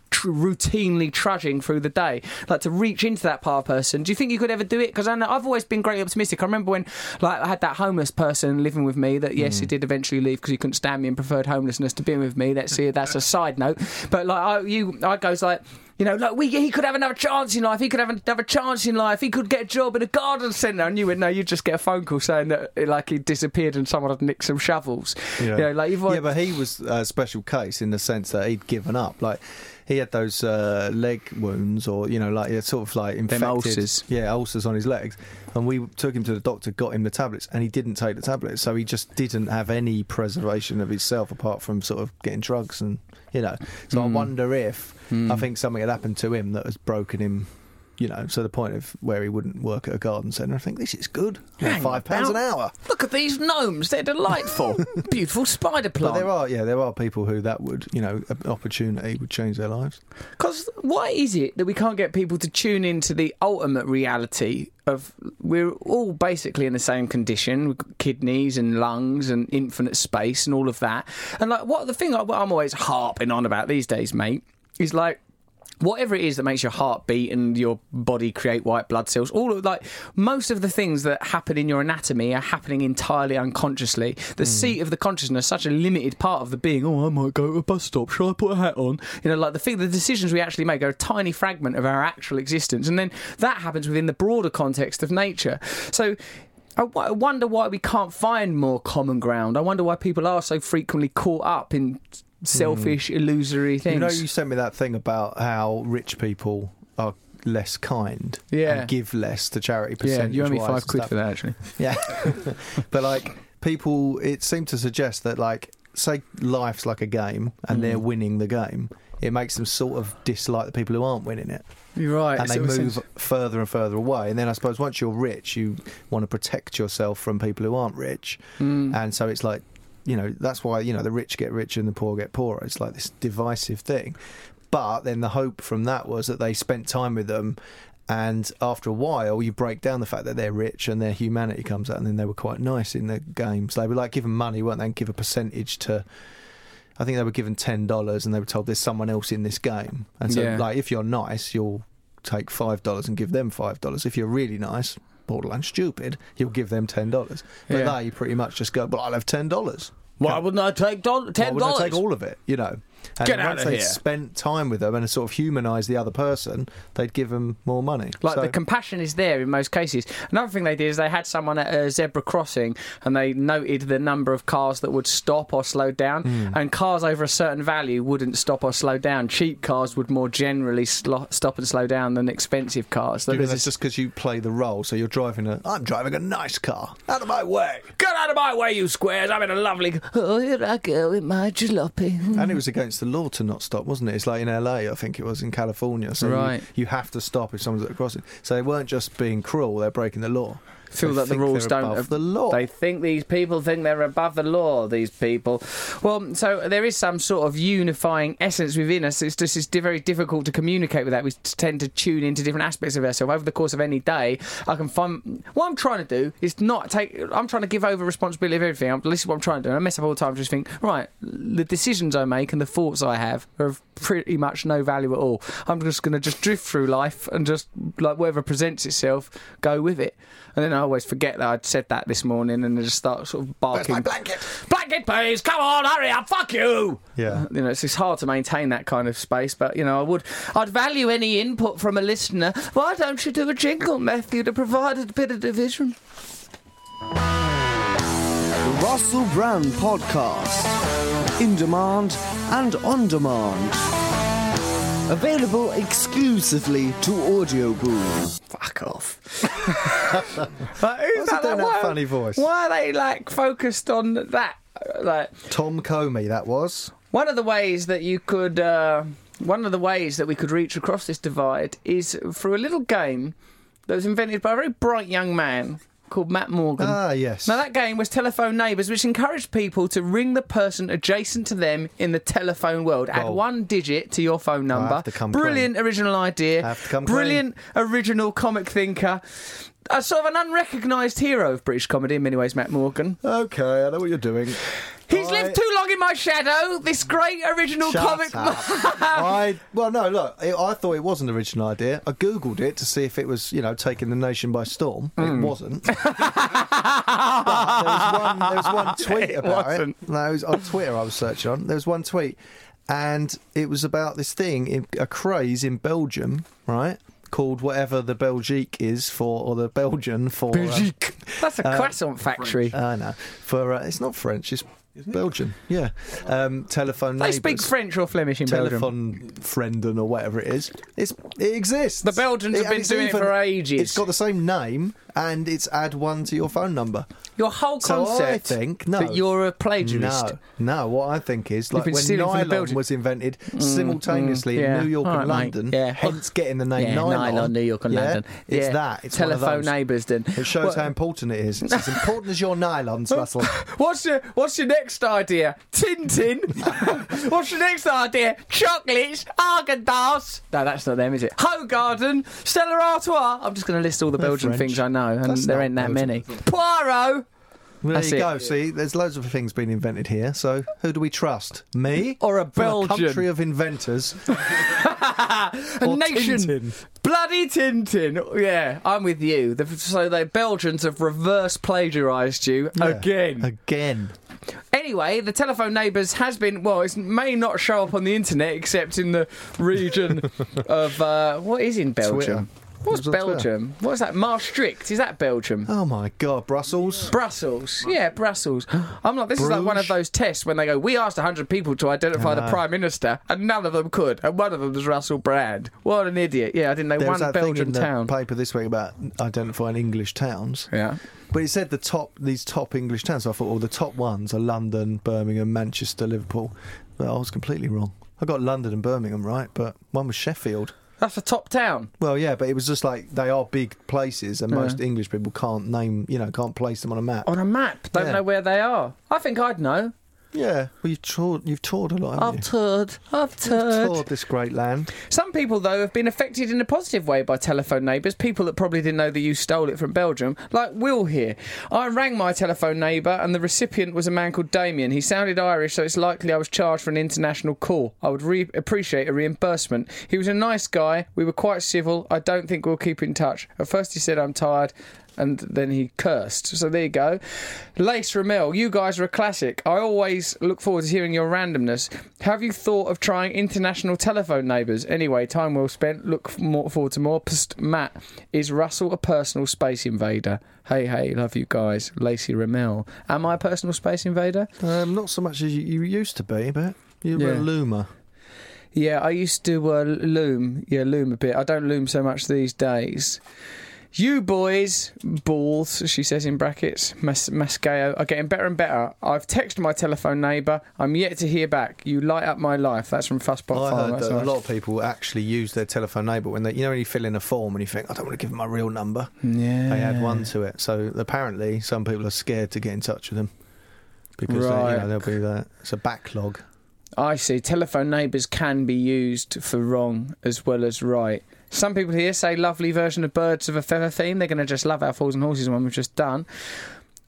[SPEAKER 1] tr- routinely trudging through the day. Like to reach into that part of person. Do you think you could ever do it? Because I know I've always been greatly optimistic. I remember when like I had that homeless person living with me. That
[SPEAKER 2] Mm.
[SPEAKER 1] yes, he did eventually leave because he couldn't stand me and preferred homelessness to being with me. That's that's a side note. But like I, you, I goes like. You know, like we, he could have another chance in life. He could have another chance in life. He could get a job in a garden centre, and you would know. You'd just get a phone call saying that like he disappeared and someone had nicked some shovels. You know, like you've
[SPEAKER 2] yeah, but he was a special case in the sense that he'd given up. Like he had those uh, leg wounds, or you know, like yeah, sort of like infected,
[SPEAKER 1] ulcers.
[SPEAKER 2] yeah, ulcers on his legs. And we took him to the doctor, got him the tablets, and he didn't take the tablets, so he just didn't have any preservation of himself apart from sort of getting drugs and you know. So
[SPEAKER 1] Hmm.
[SPEAKER 2] I wonder if I think something had happened to him that has broken him. You know, so the point of where he wouldn't work at a garden centre, I think this is good.
[SPEAKER 1] Hang
[SPEAKER 2] Five pounds an
[SPEAKER 1] about.
[SPEAKER 2] hour.
[SPEAKER 1] Look at these gnomes. They're delightful. Beautiful spider
[SPEAKER 2] But there
[SPEAKER 1] plant.
[SPEAKER 2] are, yeah, there are people who that would, you know, an opportunity would change their lives.
[SPEAKER 1] Because what is it that we can't get people to tune into the ultimate reality of we're all basically in the same condition we've got kidneys and lungs and infinite space and all of that. And like, what the thing I- what I'm always harping on about these days, mate, is like, whatever it is that makes your heart beat and your body create white blood cells all of like most of the things that happen in your anatomy are happening entirely unconsciously
[SPEAKER 2] Hmm.
[SPEAKER 1] the seat of the consciousness such a limited part of the being oh i might go to a bus stop shall i put a hat on you know like the thing the decisions we actually make are a tiny fragment of our actual existence and then that happens within the broader context of nature so I wo- I wonder why we can't find more common ground. I wonder why people are so frequently caught up in selfish, illusory things.
[SPEAKER 2] Hmm. You know, you sent me that thing about how rich people are less kind
[SPEAKER 1] Yeah.
[SPEAKER 2] and give less to charity
[SPEAKER 1] yeah,
[SPEAKER 2] percentage
[SPEAKER 1] you owe me five quid for that, actually.
[SPEAKER 2] Yeah. but like people it seemed to suggest that like say life's like a game and they're
[SPEAKER 1] Mm.
[SPEAKER 2] winning the game. It makes them sort of dislike the people who aren't winning it,
[SPEAKER 1] You're right.
[SPEAKER 2] and they move further and further away. And then I suppose once you're rich, you want to protect yourself from people who aren't rich,
[SPEAKER 1] Mm.
[SPEAKER 2] and so it's like you know that's why you know the rich get richer and the poor get poorer it's like this divisive thing but then the hope from that was that they spent time with them and after a while you break down the fact that they're rich and their humanity comes out and then they were quite nice in the games they were like given money weren't they and give a percentage to i think they were given $10 and they were told there's someone else in this game and so
[SPEAKER 1] Yeah.
[SPEAKER 2] like if you're nice you'll take $5 and give them $5 if you're really nice borderline stupid you'll give them $10 but
[SPEAKER 1] Yeah.
[SPEAKER 2] they pretty much just go but i'll have $10
[SPEAKER 1] Why wouldn't I take don- ten
[SPEAKER 2] why would
[SPEAKER 1] dollars?
[SPEAKER 2] I take all of it? You know, and
[SPEAKER 1] Get
[SPEAKER 2] once
[SPEAKER 1] outta
[SPEAKER 2] they
[SPEAKER 1] here.
[SPEAKER 2] spent time with them and sort of humanised the other person, they'd give them more money.
[SPEAKER 1] like
[SPEAKER 2] So-
[SPEAKER 1] the compassion is there in most cases. Another thing they did is they had someone at a zebra crossing and they noted the number of cars that would stop or slow down, and cars over a certain value wouldn't stop or slow down. Cheap cars would more generally slo- stop and slow down than expensive cars. So
[SPEAKER 2] Do you think
[SPEAKER 1] there's
[SPEAKER 2] that's
[SPEAKER 1] this-
[SPEAKER 2] just because you play the role, so you're driving a. I'm driving a nice car. Out of my way!
[SPEAKER 1] Get out of my way, you squares! I'm in a lovely. Oh, here I go in my jalopy.
[SPEAKER 2] And it was against the law to not stop, wasn't it? It's like in LA, I think it was in California. So you-
[SPEAKER 1] Right.
[SPEAKER 2] you, have to stop if someone's at the crossing. So they weren't just being cruel; they're breaking the law.
[SPEAKER 1] feel
[SPEAKER 2] They
[SPEAKER 1] that the
[SPEAKER 2] think
[SPEAKER 1] rules
[SPEAKER 2] they're
[SPEAKER 1] don't
[SPEAKER 2] above the law.
[SPEAKER 1] They think these people think they're above the law. These people. Well, so there is some sort of unifying essence within us. It's just it's di- very difficult to communicate with that. We t- tend to tune into different aspects of ourselves over the course of any day. I can find what I'm trying to do is not take. I'm trying to give over responsibility of everything. I'm, this is what I'm trying to do. And I mess up all the time. Just think right. The decisions I make and the thoughts I have are of pretty much no value at all. I'm just going to just drift through life and just like whatever presents itself, go with it. And then I always forget that I'd said that this morning, and I just start sort of barking. blanket? Blanket, please! Come on, hurry up! Fuck you! Uh,
[SPEAKER 2] Yeah.
[SPEAKER 1] You know, it's, it's hard to maintain that kind of space, but you know, I would, I'd value any input from a listener. Why don't you do a jingle, Matthew, to provide a bit of division?
[SPEAKER 7] The Russell Brand Podcast. In demand and on demand. Available exclusively to Audio Boom.
[SPEAKER 1] Fuck off. like, who's
[SPEAKER 2] Why's he doing that
[SPEAKER 1] Why-
[SPEAKER 2] funny voice?
[SPEAKER 1] Why are they like focused on that? Like,
[SPEAKER 2] Tom Comey, that was.
[SPEAKER 1] One of the ways that you could, uh, one of the ways that we could reach across this divide is through a little game that was invented by a very bright young man called Matt Morgan.
[SPEAKER 2] Ah, yes.
[SPEAKER 1] Now, that game was Telephone Neighbours, which encouraged people to ring the person adjacent to them in the telephone world. Add
[SPEAKER 2] Well,
[SPEAKER 1] one digit to your phone
[SPEAKER 2] have
[SPEAKER 1] number.
[SPEAKER 2] to come
[SPEAKER 1] Brilliant original idea.
[SPEAKER 2] I have to come
[SPEAKER 1] Brilliant original comic thinker. A sort of an unrecognised hero of British comedy in many ways, Matt Morgan.
[SPEAKER 2] Okay, I know what you're doing.
[SPEAKER 1] He's
[SPEAKER 2] I-
[SPEAKER 1] lived too long in my shadow. This great original comic.
[SPEAKER 2] I well, no, look, I I thought it was an original idea. I googled it to see if it was, you know, taking the nation by storm.
[SPEAKER 1] Hmm.
[SPEAKER 2] It wasn't. but there was one. There was one tweet about it.
[SPEAKER 1] wasn't.
[SPEAKER 2] No, it was on Twitter. I was searching on. There was one tweet. and it was about this thing, in, a craze in Belgium, right? Called whatever the Belgique is for, or the Belgian for. uh,
[SPEAKER 1] That's a croissant factory.
[SPEAKER 2] I know. For uh, it's not French, it's Belgian. Yeah. Um, telephone.
[SPEAKER 1] they speak
[SPEAKER 2] neighbours,
[SPEAKER 1] French or Flemish in Belgium.
[SPEAKER 2] Telephone frienden or whatever it is. It's it exists.
[SPEAKER 1] The Belgians have
[SPEAKER 2] and
[SPEAKER 1] been
[SPEAKER 2] it's
[SPEAKER 1] doing it for ages.
[SPEAKER 2] It's got the same name and it's add one to your phone number.
[SPEAKER 1] Your whole
[SPEAKER 2] So
[SPEAKER 1] concept
[SPEAKER 2] I think no.
[SPEAKER 1] that you're a plagiarist.
[SPEAKER 2] No, no. What I think is like
[SPEAKER 1] been
[SPEAKER 2] when
[SPEAKER 1] stealing from the
[SPEAKER 2] nylon
[SPEAKER 1] Belgian- Mm,
[SPEAKER 2] was invented simultaneously
[SPEAKER 1] yeah.
[SPEAKER 2] in New York
[SPEAKER 1] All
[SPEAKER 2] and
[SPEAKER 1] right, mate.
[SPEAKER 2] London,
[SPEAKER 1] Yeah.
[SPEAKER 2] hence getting the name
[SPEAKER 1] yeah,
[SPEAKER 2] nylon.
[SPEAKER 1] New York and
[SPEAKER 2] Yeah,
[SPEAKER 1] London.
[SPEAKER 2] It's
[SPEAKER 1] Yeah.
[SPEAKER 2] that. It's one of
[SPEAKER 1] telephone
[SPEAKER 2] those.
[SPEAKER 1] neighbours. Then
[SPEAKER 2] It shows
[SPEAKER 1] What-
[SPEAKER 2] how important it is. It's as important as your nylons, Russell.
[SPEAKER 1] What's your What's your next idea? Tintin. what's your next idea? Chocolates, Argendas. No, that's not them, is it? Hogarden, Stella Artois. I'm just going to list all the
[SPEAKER 2] They're
[SPEAKER 1] Belgian
[SPEAKER 2] French.
[SPEAKER 1] things I know, and
[SPEAKER 2] That's
[SPEAKER 1] there
[SPEAKER 2] not
[SPEAKER 1] ain't that
[SPEAKER 2] Belgian.
[SPEAKER 1] many. Poirot
[SPEAKER 2] Well,
[SPEAKER 1] That's
[SPEAKER 2] there
[SPEAKER 1] it.
[SPEAKER 2] you go. See, there's loads of things being invented here. So who do we trust? Me
[SPEAKER 1] or a
[SPEAKER 2] From
[SPEAKER 1] Belgian?
[SPEAKER 2] A country of inventors.
[SPEAKER 1] a
[SPEAKER 2] or
[SPEAKER 1] nation.
[SPEAKER 2] Tintin?
[SPEAKER 1] Bloody Tintin. Yeah, I'm with you. The, so the Belgians have reverse plagiarised you
[SPEAKER 2] Yeah.
[SPEAKER 1] again.
[SPEAKER 2] Again.
[SPEAKER 1] Anyway, the telephone neighbours has been well. It may not show up on the internet except in the region of uh, what is in Belgium.
[SPEAKER 2] Twitter.
[SPEAKER 1] What's
[SPEAKER 2] It was on Twitter.
[SPEAKER 1] Belgium? What's that? Maastricht is that Belgium?
[SPEAKER 2] Oh my God, Brussels.
[SPEAKER 1] Brussels, yeah, Brussels. I'm like, this is like one of
[SPEAKER 2] Bruges. Ah.
[SPEAKER 1] those tests when they go, we asked 100 people to identify the prime minister, and none of them could, and one of them was Russell Brand. What an idiot! Yeah, I didn't know
[SPEAKER 2] There was
[SPEAKER 1] one
[SPEAKER 2] that thing in
[SPEAKER 1] Belgian
[SPEAKER 2] the
[SPEAKER 1] town.
[SPEAKER 2] paper this week about identifying English towns.
[SPEAKER 1] yeah.
[SPEAKER 2] But it said the top these top English towns. So I thought, well, the top ones are London, Birmingham, Manchester, Liverpool. But I was completely wrong. I got London and Birmingham right, but one was Sheffield.
[SPEAKER 1] That's a top town.
[SPEAKER 2] Well, yeah, but it was just like they are big places, and most English people can't name, you know, can't place them on a map.
[SPEAKER 1] On a map, don't
[SPEAKER 2] Yeah.
[SPEAKER 1] know where they are. I think I'd know.
[SPEAKER 2] Yeah, well, you've toured, you've toured a lot, haven't
[SPEAKER 1] I've
[SPEAKER 2] you?
[SPEAKER 1] toured. I've
[SPEAKER 2] You've
[SPEAKER 1] toured.
[SPEAKER 2] toured this great land.
[SPEAKER 1] Some people, though, have been affected in a positive way by telephone neighbours, people that probably didn't know that you stole it from Belgium, like Will here. I rang my telephone neighbour, and the recipient was a man called Damien. He sounded Irish, so it's likely I was charged for an international call. I would re- appreciate a reimbursement. He was a nice guy, we were quite civil. I don't think we'll keep in touch. At first, he said, I'm tired. And then he cursed. So there you go. Lace Ramel, you guys are a classic. I always look forward to hearing your randomness. Have you thought of trying international telephone neighbours? Anyway, time well spent. Look f- more forward to more. Psst, Matt, is Russell a personal space invader? Hey, hey, love you guys. Lacey Ramel. Am I a personal space invader?
[SPEAKER 2] Um, not so much as you, you used to be, but you were
[SPEAKER 1] Yeah.
[SPEAKER 2] a loomer.
[SPEAKER 1] Yeah, I used to uh, loom. Yeah, loom a bit. I don't loom so much these days. You boys, balls, she says in brackets, mas- Mascao, are getting better and better. I've texted my telephone neighbour. I'm yet to hear back. You light up my life. That's from Fussbot
[SPEAKER 2] I
[SPEAKER 1] Farm.
[SPEAKER 2] heard
[SPEAKER 1] That's
[SPEAKER 2] that a
[SPEAKER 1] nice.
[SPEAKER 2] lot of people actually use their telephone neighbour when they, you know, when you fill in a form and you think, I don't want to give them my real number.
[SPEAKER 1] Yeah.
[SPEAKER 2] They add one to it. So apparently, some people are scared to get in touch with them because they, you
[SPEAKER 1] Right.
[SPEAKER 2] know, there'll be that. It's a backlog.
[SPEAKER 1] I see. Telephone neighbours can be used for wrong as well as right. Some people here say lovely version of Birds of a Feather theme. They're going to just love our Fools and Horses one we've just done.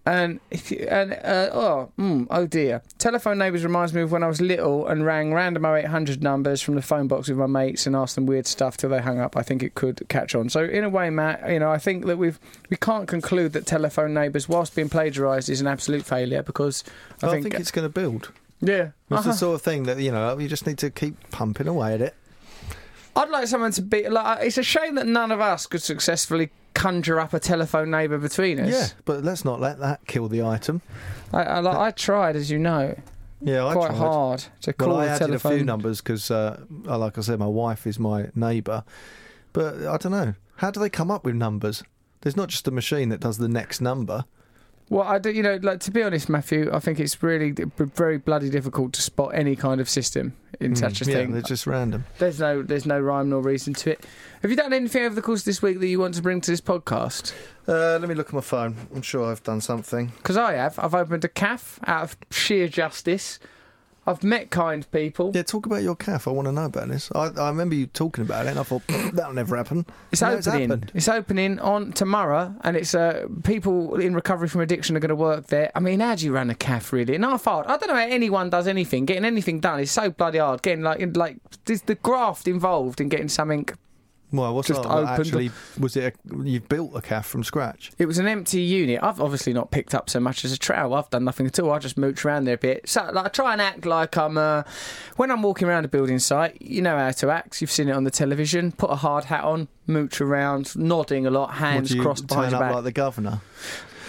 [SPEAKER 1] And if you- and uh, oh mm, oh dear, telephone neighbours reminds me of when I was little and rang random 0800 numbers from the phone box with my mates and asked them weird stuff till they hung up. I think it could catch on. So in a way, Matt, you know, I think that we've we can't conclude that telephone neighbours, whilst being plagiarised, is an absolute failure because I
[SPEAKER 2] I,
[SPEAKER 1] think,
[SPEAKER 2] think, it's going to build.
[SPEAKER 1] yeah.
[SPEAKER 2] It's
[SPEAKER 1] Uh-huh.
[SPEAKER 2] the sort of thing that you know you just need to keep pumping away at it.
[SPEAKER 1] I'd like someone to be like. It's a shame that none of us could successfully conjure up a telephone neighbour between us.
[SPEAKER 2] Yeah, but let's not let that kill the item.
[SPEAKER 1] I, I, like, I tried, as you know,
[SPEAKER 2] Yeah, I
[SPEAKER 1] quite
[SPEAKER 2] tried.
[SPEAKER 1] hard to call
[SPEAKER 2] Well, I
[SPEAKER 1] the
[SPEAKER 2] added
[SPEAKER 1] telephone.
[SPEAKER 2] a few numbers because, uh, uh, like I said, my wife is my neighbour. But I don't know how do they come up with numbers. There's not just a machine that does the next number.
[SPEAKER 1] Well, I do, you know, like to be honest, Matthew, I think it's really d- b- very bloody difficult to spot any kind of system in such a
[SPEAKER 2] Mm, yeah,
[SPEAKER 1] thing.
[SPEAKER 2] they're just random.
[SPEAKER 1] There's no, there's no rhyme nor reason to it. Have you done anything over the course of this week that you want to bring to this podcast?
[SPEAKER 2] Uh, let me look at my phone. I'm sure I've done something.
[SPEAKER 1] Because I have. I've opened a cafe out of sheer justice. I've met kind people.
[SPEAKER 2] Yeah, talk about your calf. I want to know about this. I, I remember you talking about it, and I thought that'll never happen.
[SPEAKER 1] It's
[SPEAKER 2] Now
[SPEAKER 1] opening. It's,
[SPEAKER 2] happened.
[SPEAKER 1] opening on tomorrow, and it's uh, people in recovery from addiction are going to work there. I mean, how do you run a cafe really? And I've hard. I don't know how anyone does anything. Getting anything done is so bloody hard. Getting like in- like there's the graft involved in getting something
[SPEAKER 2] Well, what's
[SPEAKER 1] Just
[SPEAKER 2] that? Well,
[SPEAKER 1] opened
[SPEAKER 2] actually? Was it a, you built a calf from scratch?
[SPEAKER 1] It was an empty unit. I've obviously not picked up so much as a trowel. I've done nothing at all. I just mooch around there a bit. So like, I try and act like I'm. Uh, when I'm walking around a building site, you know how to act. You've seen it on the television. Put a hard hat on, mooch around, nodding a lot,
[SPEAKER 2] Or
[SPEAKER 1] hands
[SPEAKER 2] do you
[SPEAKER 1] crossed
[SPEAKER 2] turn
[SPEAKER 1] behind your
[SPEAKER 2] up
[SPEAKER 1] back.
[SPEAKER 2] like the governor?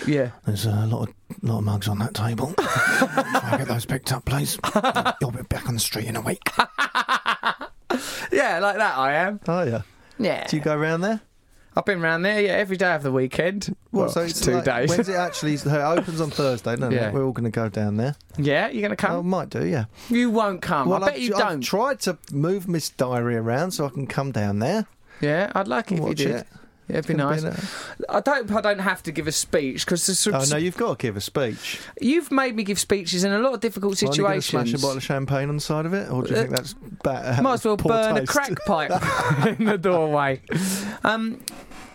[SPEAKER 1] yeah.
[SPEAKER 2] There's a lot of lot of mugs on that table. Try and get those picked up, please. You'll be back on the street in a week.
[SPEAKER 1] Yeah, like that I am.
[SPEAKER 2] Oh yeah.
[SPEAKER 1] Yeah.
[SPEAKER 2] Do you go around there?
[SPEAKER 1] I've been round there, yeah, every day of the weekend. Well, it's two
[SPEAKER 2] like-
[SPEAKER 1] days.
[SPEAKER 2] When's it actually? so It opens on Thursday, doesn't
[SPEAKER 1] Yeah.
[SPEAKER 2] it? We're all going to go down there.
[SPEAKER 1] yeah, you're going to
[SPEAKER 2] Oh,
[SPEAKER 1] come?
[SPEAKER 2] might do, yeah.
[SPEAKER 1] you won't come. I bet
[SPEAKER 2] I've,
[SPEAKER 1] you
[SPEAKER 2] I've
[SPEAKER 1] don't.
[SPEAKER 2] tried to move Miss Diary around so I can come down there.
[SPEAKER 1] yeah, I'd like it if you
[SPEAKER 2] Watch
[SPEAKER 1] did.
[SPEAKER 2] it.
[SPEAKER 1] Yeah, it'd be
[SPEAKER 2] Can
[SPEAKER 1] nice.
[SPEAKER 2] be
[SPEAKER 1] I don't. I don't have to give a speech because
[SPEAKER 2] Oh no, you've got to give a speech.
[SPEAKER 1] you've made me give speeches in a lot of difficult
[SPEAKER 2] Are you going to smash a
[SPEAKER 1] situations.
[SPEAKER 2] bottle of champagne on the side of it, or do you
[SPEAKER 1] Uh,
[SPEAKER 2] think that's bad?
[SPEAKER 1] Might as well
[SPEAKER 2] poor
[SPEAKER 1] burn
[SPEAKER 2] taste?
[SPEAKER 1] a crack pipe in the doorway. Um,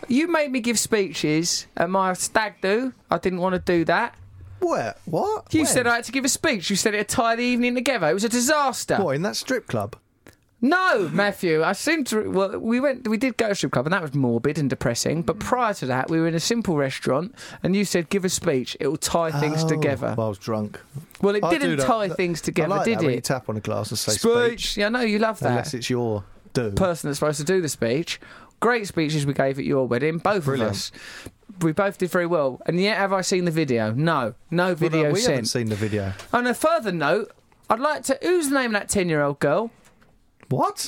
[SPEAKER 1] you made me give speeches at my stag do. I didn't want to do that.
[SPEAKER 2] What? What?
[SPEAKER 1] You
[SPEAKER 2] When?
[SPEAKER 1] said I had to give a speech. You said it would tie the evening together. It was a disaster.
[SPEAKER 2] What in that strip club?
[SPEAKER 1] No, Matthew. I seem to. Well, we went. We did go to a strip club, and that was morbid and depressing.
[SPEAKER 2] Mm.
[SPEAKER 1] But prior to that, we were in a simple restaurant, and you said, "Give a speech. It will tie things
[SPEAKER 2] Oh,
[SPEAKER 1] together."
[SPEAKER 2] Well, I was drunk.
[SPEAKER 1] Well, it
[SPEAKER 2] I do
[SPEAKER 1] didn't
[SPEAKER 2] that.
[SPEAKER 1] tie
[SPEAKER 2] That-
[SPEAKER 1] things together,
[SPEAKER 2] I like
[SPEAKER 1] did
[SPEAKER 2] that
[SPEAKER 1] it?
[SPEAKER 2] When you tap on a glass and say
[SPEAKER 1] speech.
[SPEAKER 2] speech,
[SPEAKER 1] Yeah, no, you love that.
[SPEAKER 2] unless it's your do.
[SPEAKER 1] Person that's supposed to do the speech. Great speeches we gave at your wedding, both
[SPEAKER 2] Brilliant.
[SPEAKER 1] of us. We both did very well. And yet, have I seen the video? No, no
[SPEAKER 2] Well, no,
[SPEAKER 1] video
[SPEAKER 2] we haven't
[SPEAKER 1] sent.
[SPEAKER 2] seen the video.
[SPEAKER 1] On a further note, I'd like to. Who's the name of that ten-year-old girl?
[SPEAKER 2] What?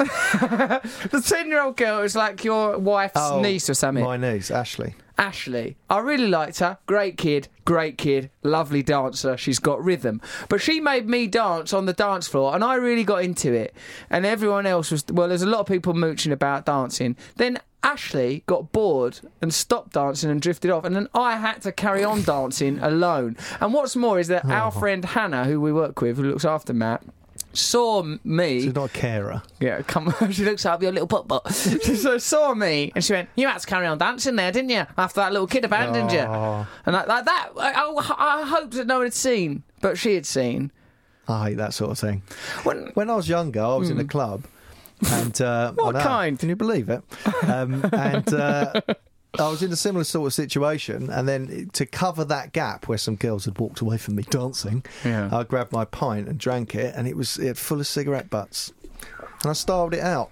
[SPEAKER 1] The ten-year-old girl is like your wife's
[SPEAKER 2] Oh,
[SPEAKER 1] niece or something.
[SPEAKER 2] My niece, Ashley.
[SPEAKER 1] Ashley. I really liked her. Great kid, great kid, lovely dancer. She's got rhythm. But she made me dance on the dance floor and I really got into it. And everyone else was, well, there's a lot of people mooching about dancing. Then Ashley got bored and stopped dancing and drifted off. And then I had to carry on dancing alone. And what's more is that our friend Hannah, who we work with, who looks after Matt, saw m- me.
[SPEAKER 2] She's not a carer.
[SPEAKER 1] Yeah, come. she looks up your little putt putt. she so saw me and she went, "You had to carry on dancing there, didn't you? After that little kid abandoned you."
[SPEAKER 2] Oh.
[SPEAKER 1] And like, like that, I, I, I hoped that no one had seen, but she had seen.
[SPEAKER 2] I hate that sort of thing.
[SPEAKER 1] When- Hmm.
[SPEAKER 2] When I was younger, I was in a club, and uh,
[SPEAKER 1] What
[SPEAKER 2] I know.
[SPEAKER 1] kind?
[SPEAKER 2] Can you believe it? Um, and uh, I was in a similar sort of situation, and then to cover that gap where some girls had walked away from me dancing,
[SPEAKER 1] Yeah.
[SPEAKER 2] I grabbed my pint and drank it, and it was it full of cigarette butts, and I starved it out.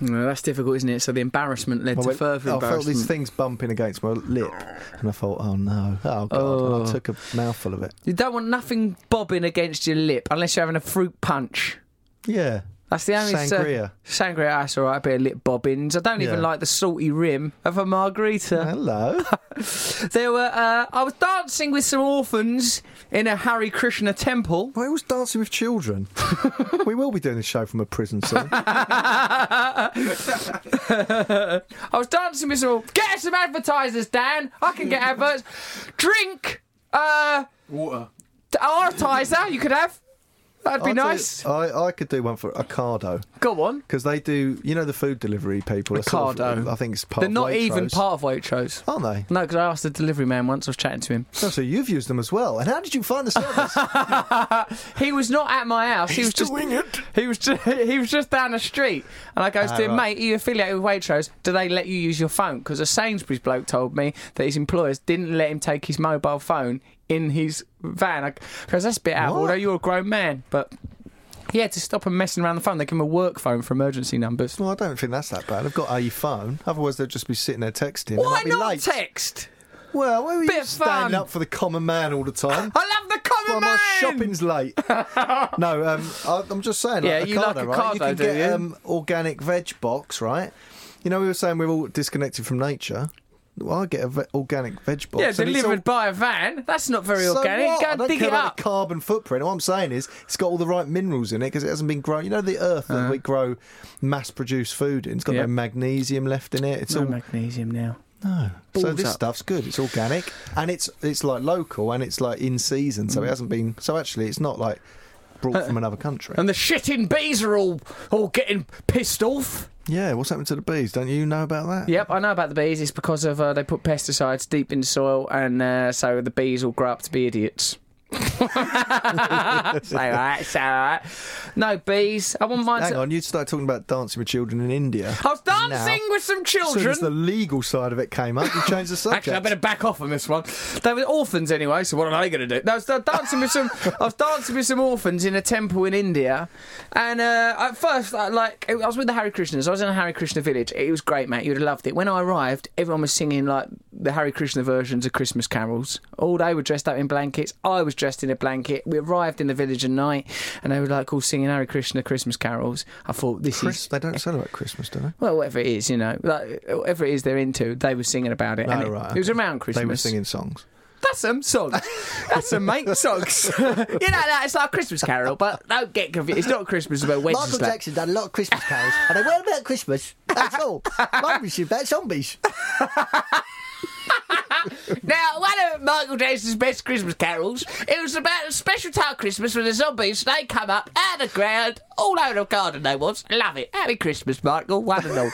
[SPEAKER 1] No, that's difficult, isn't it? So the embarrassment led
[SPEAKER 2] I,
[SPEAKER 1] to
[SPEAKER 2] went-
[SPEAKER 1] further
[SPEAKER 2] oh, I felt
[SPEAKER 1] embarrassment.
[SPEAKER 2] these things bumping against my lip, and I thought, oh no, oh god, and I took a mouthful of it.
[SPEAKER 1] you don't want nothing bobbing against your lip unless you're having a fruit punch.
[SPEAKER 2] Yeah,
[SPEAKER 1] That's the only so-
[SPEAKER 2] Sangria.
[SPEAKER 1] sangria, that's all right. A bit of lip bobbins. I don't even
[SPEAKER 2] Yeah.
[SPEAKER 1] like the salty rim of a margarita.
[SPEAKER 2] hello.
[SPEAKER 1] There were. Uh, I was dancing with some orphans in a Harry Krishna temple.
[SPEAKER 2] Why was dancing with children? we will be doing this show from a prison soon.
[SPEAKER 1] I was dancing with some. Get us some advertisers, Dan. I can get adverts. Drink. Uh,
[SPEAKER 6] Water.
[SPEAKER 1] t- advertiser. You could have. That'd be
[SPEAKER 2] I'll tell you-
[SPEAKER 1] nice.
[SPEAKER 2] I, I could do one for Ocado
[SPEAKER 1] Go on.
[SPEAKER 2] because they do, you know, the food delivery people. are sort of-
[SPEAKER 1] Ocado.
[SPEAKER 2] I think it's part.
[SPEAKER 1] They're
[SPEAKER 2] of
[SPEAKER 1] not even
[SPEAKER 2] Waitrose.
[SPEAKER 1] part of Waitrose.
[SPEAKER 2] aren't they?
[SPEAKER 1] No, because I asked the delivery man once. I was chatting to him.
[SPEAKER 2] No, so you've used them as well. And how did you find the service?
[SPEAKER 1] He was not at my house. he was just.
[SPEAKER 2] it.
[SPEAKER 1] He was just, he was just down the street, and I goes
[SPEAKER 2] Ah,
[SPEAKER 1] to him,
[SPEAKER 2] right.
[SPEAKER 1] mate. Are you affiliated with Waitrose? Do they let you use your phone? Because a Sainsbury's bloke told me that his employers didn't let him take his mobile phone in his van. Because that's a bit out.
[SPEAKER 2] What?
[SPEAKER 1] Although you're a grown man, but yeah, to stop him messing around the phone, they give him a work phone for emergency numbers.
[SPEAKER 2] Well, I don't think that's that bad. I've got a phone. Otherwise, they'd just be sitting there texting. They
[SPEAKER 1] Why
[SPEAKER 2] might be
[SPEAKER 1] not
[SPEAKER 2] late.
[SPEAKER 1] text?
[SPEAKER 2] Well, why were
[SPEAKER 1] Bit
[SPEAKER 2] you
[SPEAKER 1] of fun.
[SPEAKER 2] standing up for the common man all the time?
[SPEAKER 1] I love the
[SPEAKER 2] Why
[SPEAKER 1] common
[SPEAKER 2] my
[SPEAKER 1] man.
[SPEAKER 2] shopping's late? no, um, I, I'm just saying. Like,
[SPEAKER 1] Yeah, you like
[SPEAKER 2] Ocado, right? You
[SPEAKER 1] Ocado,
[SPEAKER 2] can
[SPEAKER 1] do
[SPEAKER 2] get
[SPEAKER 1] you?
[SPEAKER 2] Um, organic veg box, right? You know, we were saying we're all disconnected from nature. Well, I get an ve- organic veg box.
[SPEAKER 1] Yeah,
[SPEAKER 2] and it's
[SPEAKER 1] delivered
[SPEAKER 2] all-
[SPEAKER 1] by a van. That's not very
[SPEAKER 2] So
[SPEAKER 1] organic.
[SPEAKER 2] what?
[SPEAKER 1] Go
[SPEAKER 2] I
[SPEAKER 1] and
[SPEAKER 2] don't
[SPEAKER 1] dig
[SPEAKER 2] care
[SPEAKER 1] it
[SPEAKER 2] about
[SPEAKER 1] up.
[SPEAKER 2] the carbon footprint. All I'm saying is it's got all the right minerals in it because it hasn't been grown. You know the earth that we grow mass-produced food in. It's got
[SPEAKER 1] Uh-huh. Yeah.
[SPEAKER 2] no magnesium left in it. It's
[SPEAKER 1] No
[SPEAKER 2] all
[SPEAKER 1] magnesium now.
[SPEAKER 2] no. So
[SPEAKER 1] Balls
[SPEAKER 2] this
[SPEAKER 1] up.
[SPEAKER 2] stuff's good. It's organic and it's it's like local and it's like in season.
[SPEAKER 1] Mm.
[SPEAKER 2] So it hasn't been. So actually, it's not like
[SPEAKER 1] Uh,
[SPEAKER 2] brought from another country.
[SPEAKER 1] And the shitting bees are all all getting pissed off.
[SPEAKER 2] Yeah. What's happened to the bees? Don't you know about that?
[SPEAKER 1] Yep, I know about the bees. It's because of uh, they put pesticides deep in the soil, and uh, so the bees will grow up to be idiots. It's all right, it's all right. No bees. I wouldn't mind.
[SPEAKER 2] Hang
[SPEAKER 1] to-
[SPEAKER 2] on, you start talking about dancing with children in India.
[SPEAKER 1] I was
[SPEAKER 2] Now,
[SPEAKER 1] dancing with some
[SPEAKER 2] As soon
[SPEAKER 1] children.
[SPEAKER 2] as the legal side of it came up, you changed the subject.
[SPEAKER 1] Actually, I better back off on this one. They were orphans anyway, so what am I going to do? No, I was uh, dancing with some. I was dancing with some orphans in a temple in India, and uh, at first, I, like I was with the Harry Krishnas. I was in a Hare Krishna village. It was great, mate. You'd have loved it. When I arrived, everyone was singing like the Hare Krishna versions of Christmas carols. All they were dressed up in blankets. I was dressed in a blanket. We arrived in the village at night, and they were like all singing Hare Krishna Christmas carols. I thought this
[SPEAKER 2] Chris,
[SPEAKER 1] is
[SPEAKER 2] they don't celebrate Christmas, do they?
[SPEAKER 1] well, whatever it is, you know, like, whatever it is they're into, they were singing about it. and
[SPEAKER 2] Oh,
[SPEAKER 1] it,
[SPEAKER 2] right,
[SPEAKER 1] it was
[SPEAKER 2] okay.
[SPEAKER 1] around Christmas.
[SPEAKER 2] They were singing songs.
[SPEAKER 1] That's some songs. That's some mate songs. you know, that it's like a Christmas carol, but don't get confused. It's not Christmas about
[SPEAKER 8] Michael
[SPEAKER 1] Wednesday.
[SPEAKER 8] Jackson done a lot of Christmas carols, and they weren't about Christmas. That's all. Mine was about zombies.
[SPEAKER 1] Now, one of Michael Jackson's best Christmas carols, it was about a special time Christmas when the zombies, they come up out of the ground, all over the garden they was. Love it. Happy Christmas, Michael, one and all.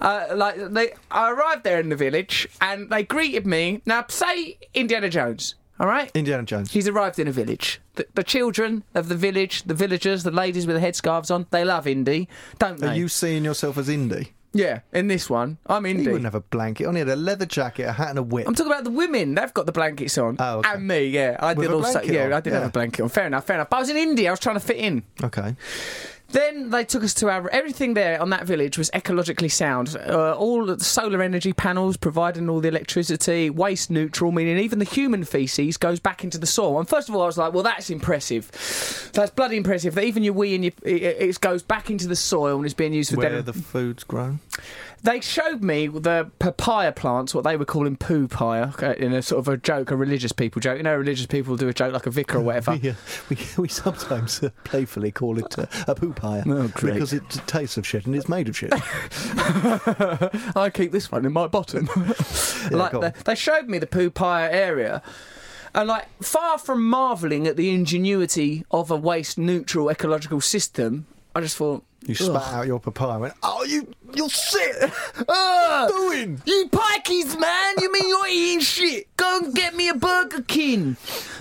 [SPEAKER 1] uh, like, they, I arrived there in the village, and they greeted me. Now, say Indiana Jones, all right?
[SPEAKER 2] Indiana Jones.
[SPEAKER 1] He's arrived in a village. The, the children of the village, the villagers, the ladies with the headscarves on, they love indie, don't
[SPEAKER 2] Are
[SPEAKER 1] they?
[SPEAKER 2] you seeing yourself as indie?
[SPEAKER 1] Yeah, in this one, I'm
[SPEAKER 2] He
[SPEAKER 1] indie.
[SPEAKER 2] wouldn't have a blanket on. He had a leather jacket, a hat, and a whip.
[SPEAKER 1] I'm talking about the women. They've got the blankets on,
[SPEAKER 2] Oh, okay.
[SPEAKER 1] and me. Yeah, I
[SPEAKER 2] With
[SPEAKER 1] did
[SPEAKER 2] a
[SPEAKER 1] also.
[SPEAKER 2] blanket
[SPEAKER 1] Yeah,
[SPEAKER 2] on,
[SPEAKER 1] I did have
[SPEAKER 2] yeah.
[SPEAKER 1] a blanket on. Fair enough, fair enough. But I was in India. I was trying to fit in.
[SPEAKER 2] okay.
[SPEAKER 1] Then they took us to our. Everything there on that village was ecologically sound. Uh, all the solar energy panels providing all the electricity, waste neutral, meaning even the human feces goes back into the soil. And first of all, I was like, well, that's impressive. That's bloody impressive that even your wee and your. It, it goes back into the soil and is being used for
[SPEAKER 2] Where
[SPEAKER 1] deli-
[SPEAKER 2] the food's grown.
[SPEAKER 1] they showed me the papaya plants, what they were calling poo pie, in a sort of a joke, a religious people joke. You know, religious people do a joke like a vicar or whatever.
[SPEAKER 2] Yeah, we, we sometimes uh, playfully call it uh, a poop hire
[SPEAKER 1] Oh, great.
[SPEAKER 2] because it tastes of shit and it's made of shit.
[SPEAKER 1] I keep this one in my bottom. like
[SPEAKER 2] go on.
[SPEAKER 1] they, they showed me the Pupaya area. And like far from marvelling at the ingenuity of a waste neutral ecological system, I just thought
[SPEAKER 2] You
[SPEAKER 1] "Ugh."
[SPEAKER 2] spat out your papaya and went, "Oh, you, you're sick."
[SPEAKER 1] Ugh!
[SPEAKER 2] doing?
[SPEAKER 1] You pikeys, man! You mean you're eating shit? Go and get me a Burger King.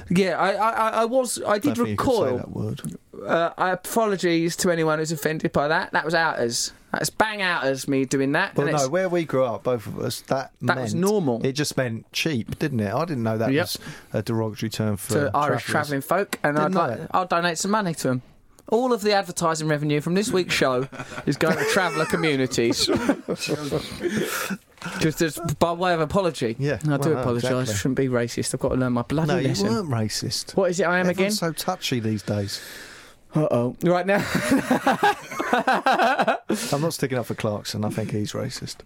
[SPEAKER 1] Yeah, I, I, I- I was, I
[SPEAKER 2] Don't
[SPEAKER 1] did
[SPEAKER 2] think you could say that
[SPEAKER 1] recoil.
[SPEAKER 2] word.
[SPEAKER 1] Uh, I apologies to anyone who's offended by that. That was outers. That's bang outers. Me doing that.
[SPEAKER 2] Well,
[SPEAKER 1] And
[SPEAKER 2] no,
[SPEAKER 1] it's-
[SPEAKER 2] where we grew up, both of us, that
[SPEAKER 1] That
[SPEAKER 2] meant
[SPEAKER 1] was normal.
[SPEAKER 2] It just meant cheap, didn't it? I didn't know that
[SPEAKER 1] Yep.
[SPEAKER 2] was a derogatory term for
[SPEAKER 1] to Irish travelling
[SPEAKER 2] travellers.
[SPEAKER 1] folk, and I'd
[SPEAKER 2] Didn't know
[SPEAKER 1] like,
[SPEAKER 2] it.
[SPEAKER 1] I'll donate some money to them. All of the advertising revenue from this week's show is going to traveller communities. Just as, by way of apology.
[SPEAKER 2] Yeah,
[SPEAKER 1] I do
[SPEAKER 2] well, uh,
[SPEAKER 1] apologise.
[SPEAKER 2] exactly.
[SPEAKER 1] Shouldn't be racist. I've got to learn my bloody
[SPEAKER 2] No, you
[SPEAKER 1] lesson.
[SPEAKER 2] weren't racist.
[SPEAKER 1] What is it I am again?
[SPEAKER 2] Everyone's so touchy these days.
[SPEAKER 1] Uh oh. Right now.
[SPEAKER 2] I'm not sticking up for Clarkson. I think he's racist.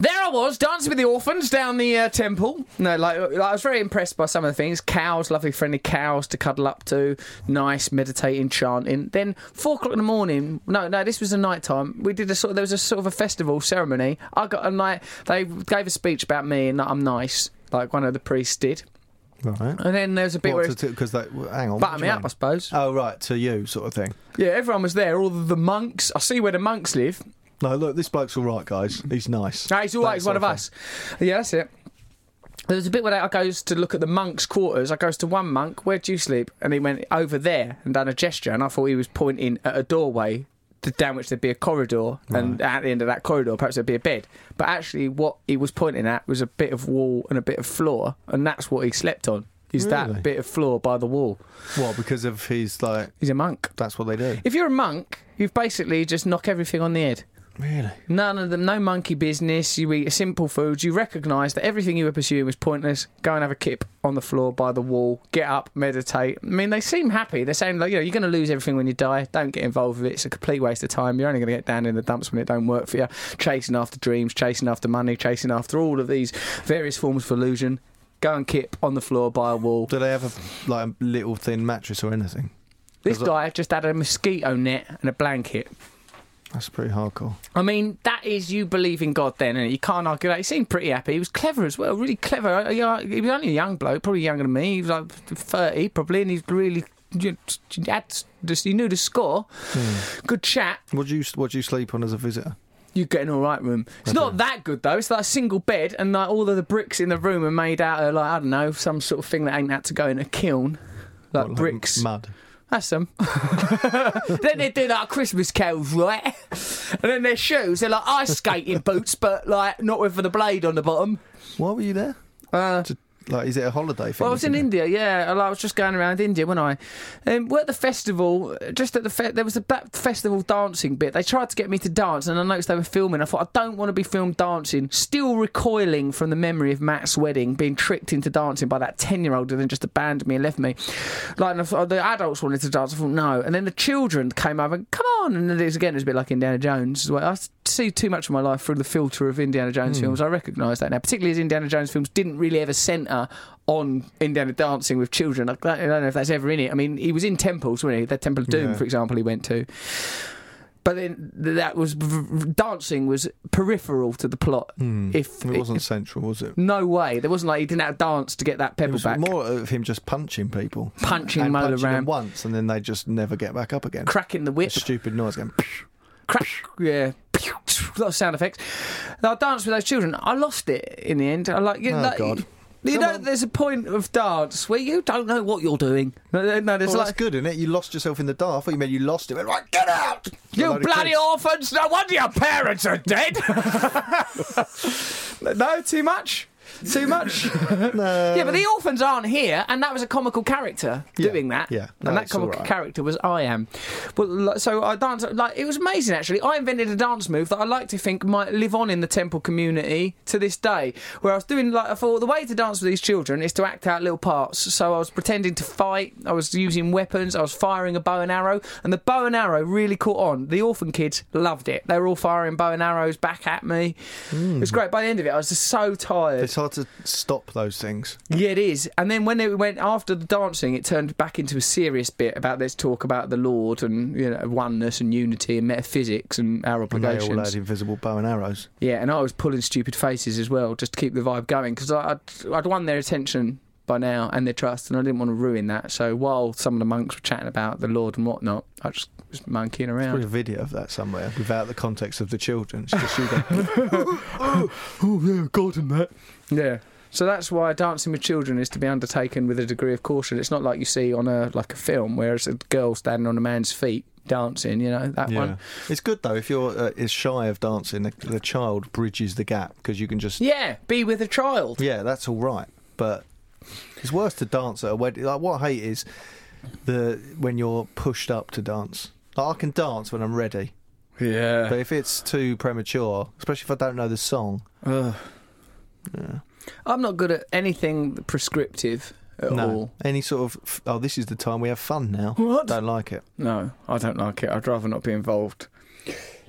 [SPEAKER 1] There I was dancing with the orphans down the uh, temple. No, like, like, I was very impressed by some of the things. Cows, lovely friendly cows to cuddle up to. Nice meditating, chanting. Then four o'clock in the morning. No, no, this was the night time. We did a sort. There was a sort of a festival ceremony. I got a night. They gave a speech about me and that I'm nice, like one of the priests did.
[SPEAKER 2] Right.
[SPEAKER 1] And then there was a bit where he was
[SPEAKER 2] Because they well, hang on. what
[SPEAKER 1] butting
[SPEAKER 2] do
[SPEAKER 1] me
[SPEAKER 2] you
[SPEAKER 1] up,
[SPEAKER 2] mean?
[SPEAKER 1] I suppose.
[SPEAKER 2] Oh right, to you sort of thing.
[SPEAKER 1] Yeah, everyone was there. All the monks. I see where the monks live.
[SPEAKER 2] No, look, this bloke's all right, guys. He's nice.
[SPEAKER 1] No, he's
[SPEAKER 2] That
[SPEAKER 1] always
[SPEAKER 2] sort
[SPEAKER 1] one of us. Yeah, that's it. There was a bit where I goes to look at the monks' quarters. I goes to one monk, where do you sleep? And he went over there and done a gesture, and I thought he was pointing at a doorway to, down which there'd be a corridor, and at the end of that corridor, perhaps there'd be a bed. But actually, what he was pointing at was a bit of wall and a bit of floor, and that's what he slept on. Is
[SPEAKER 2] Really?
[SPEAKER 1] that bit of floor by the wall?
[SPEAKER 2] thing. What? Because of his like.
[SPEAKER 1] He's a monk.
[SPEAKER 2] That's what they do.
[SPEAKER 1] If you're a monk, you've basically just knock everything on the head.
[SPEAKER 2] Really?
[SPEAKER 1] None of them, no monkey business. You eat simple foods. You recognise that everything you were pursuing was pointless. Go and have a kip on the floor by the wall. Get up, meditate. I mean, they seem happy. They're saying, like, you know, you're going to lose everything when you die. Don't get involved with it. It's a complete waste of time. You're only going to get down in the dumps when it don't work for you. Chasing after dreams, chasing after money, chasing after all of these various forms of illusion. Go and kip on the floor by a wall.
[SPEAKER 2] Do they have a like a little thin mattress or anything?
[SPEAKER 1] This
[SPEAKER 2] Does it-
[SPEAKER 1] guy just had a mosquito net and a blanket.
[SPEAKER 2] That's pretty hardcore.
[SPEAKER 1] I mean, that is you believe in God then, and you can't argue that. He seemed pretty happy. He was clever as well, really clever. Uh, you know, He was only a young bloke, probably younger than me. He was like 30, probably, and he's really. you know, Had, just, he knew the score. Good chat.
[SPEAKER 2] What do you What do you sleep on as a visitor?
[SPEAKER 1] You get an all right room. It's not that good though. It's like a single bed, and like all of the bricks in the room are made out of like I don't know some sort of thing that ain't had to go in a kiln. like
[SPEAKER 2] What,
[SPEAKER 1] Uh, bricks.
[SPEAKER 2] mud.
[SPEAKER 1] That's them. then they do like Christmas cows, right? And then their shoes, they're like ice skating boots, but like not with the blade on the bottom.
[SPEAKER 2] Why were you there?
[SPEAKER 1] Uh,
[SPEAKER 2] To- like, is it a holiday thing?
[SPEAKER 1] well, I was
[SPEAKER 2] isn't
[SPEAKER 1] in
[SPEAKER 2] it?
[SPEAKER 1] India, yeah. and I was just going around India when I um, were at the festival. Just at the fe- there was a that festival dancing bit. They tried to get me to dance, and I noticed they were filming. I thought I don't want to be filmed dancing. Still recoiling from the memory of Matt's wedding, being tricked into dancing by that ten-year-old, who then just abandoned me and left me. Like and I thought, the adults wanted to dance, I thought no, and then the children came over. and Come on, and then it was again. It was a bit like Indiana Jones. as well. I s- see too much of my life through the filter of Indiana
[SPEAKER 2] Hmm.
[SPEAKER 1] Jones films. I recognise that now, particularly as Indiana Jones films didn't really ever centre on Indiana dancing with children. I don't I don't know if that's ever in it. I mean, he was in temples, wasn't he? The Temple of Doom,
[SPEAKER 2] Yeah.
[SPEAKER 1] for example, he went to. But then th- that was dancing was peripheral to the plot. If
[SPEAKER 2] Hmm. It wasn't central, was it?
[SPEAKER 1] no way, there wasn't like he didn't have to dance to get that
[SPEAKER 2] It
[SPEAKER 1] pebble
[SPEAKER 2] was
[SPEAKER 1] back,
[SPEAKER 2] more of him just punching people,
[SPEAKER 1] Punching
[SPEAKER 2] and
[SPEAKER 1] them all
[SPEAKER 2] punching them
[SPEAKER 1] around.
[SPEAKER 2] once, and then they just never get back up again.
[SPEAKER 1] cracking the whip,
[SPEAKER 2] Stupid noise going.
[SPEAKER 1] crack, yeah, a lot of sound effects. And I danced with those children. I lost it in the end. I like, you
[SPEAKER 2] Oh,
[SPEAKER 1] know,
[SPEAKER 2] God.
[SPEAKER 1] You know, there's a point of dance where you don't know what you're doing. No, no there's
[SPEAKER 2] Well, Oh, that's
[SPEAKER 1] like
[SPEAKER 2] good, isn't it? You lost yourself in the dark. I thought you meant you lost it. Went, right, get out!
[SPEAKER 1] You
[SPEAKER 2] Load of
[SPEAKER 1] bloody
[SPEAKER 2] kids.
[SPEAKER 1] orphans! No wonder your parents are dead. no, too much. Too much.
[SPEAKER 2] No.
[SPEAKER 1] yeah, but the orphans aren't here, and that was a comical character
[SPEAKER 2] Yeah,
[SPEAKER 1] doing that.
[SPEAKER 2] yeah. No,
[SPEAKER 1] and that
[SPEAKER 2] it's all
[SPEAKER 1] comical
[SPEAKER 2] right.
[SPEAKER 1] character was I am. Well, like, so I danced. Like it was amazing, actually. I invented a dance move that I like to think might live on in the temple community to this day. Where I was doing like I thought the way to dance with these children is to act out little parts. So I was pretending to fight. I was using weapons. I was firing a bow and arrow, and the bow and arrow really caught on. The orphan kids loved it. They were all firing bow and arrows back at me. It was great. By the end of it, I was just so tired.
[SPEAKER 2] It's hard to stop those things.
[SPEAKER 1] Yeah, it is. And then when it went after the dancing, it turned back into a serious bit about let's talk about the Lord and you know oneness and unity and metaphysics and our
[SPEAKER 2] And they all
[SPEAKER 1] obligations.
[SPEAKER 2] had invisible bow and arrows.
[SPEAKER 1] yeah, and I was pulling stupid faces as well just to keep the vibe going because I'd, I'd won their attention by now and their trust, and I didn't want to ruin that. So while some of the monks were chatting about the Lord and whatnot, I just was monkeying
[SPEAKER 2] There's
[SPEAKER 1] around.
[SPEAKER 2] a video of that somewhere without the context of the children. It's just you going,
[SPEAKER 1] Yeah. So that's why dancing with children is to be undertaken with a degree of caution. It's not like you see on a like a film where it's a girl standing on a man's feet dancing. You know that
[SPEAKER 2] yeah.
[SPEAKER 1] one.
[SPEAKER 2] It's good though if you're uh, is shy of dancing. The, the child bridges the gap because you can just
[SPEAKER 1] Yeah, be with a child.
[SPEAKER 2] Yeah, that's all right, but it's worse to dance at a wedding. Like what I hate is the when you're pushed up to dance. Like, I can dance when I'm ready,
[SPEAKER 1] Yeah.
[SPEAKER 2] but if it's too premature, especially if I don't know the song,
[SPEAKER 1] I'm not good at anything prescriptive at all.
[SPEAKER 2] no, any sort of f- oh, this is the time we have fun now.
[SPEAKER 1] What?
[SPEAKER 2] Don't like it.
[SPEAKER 1] No, I don't like it. I'd rather not be involved.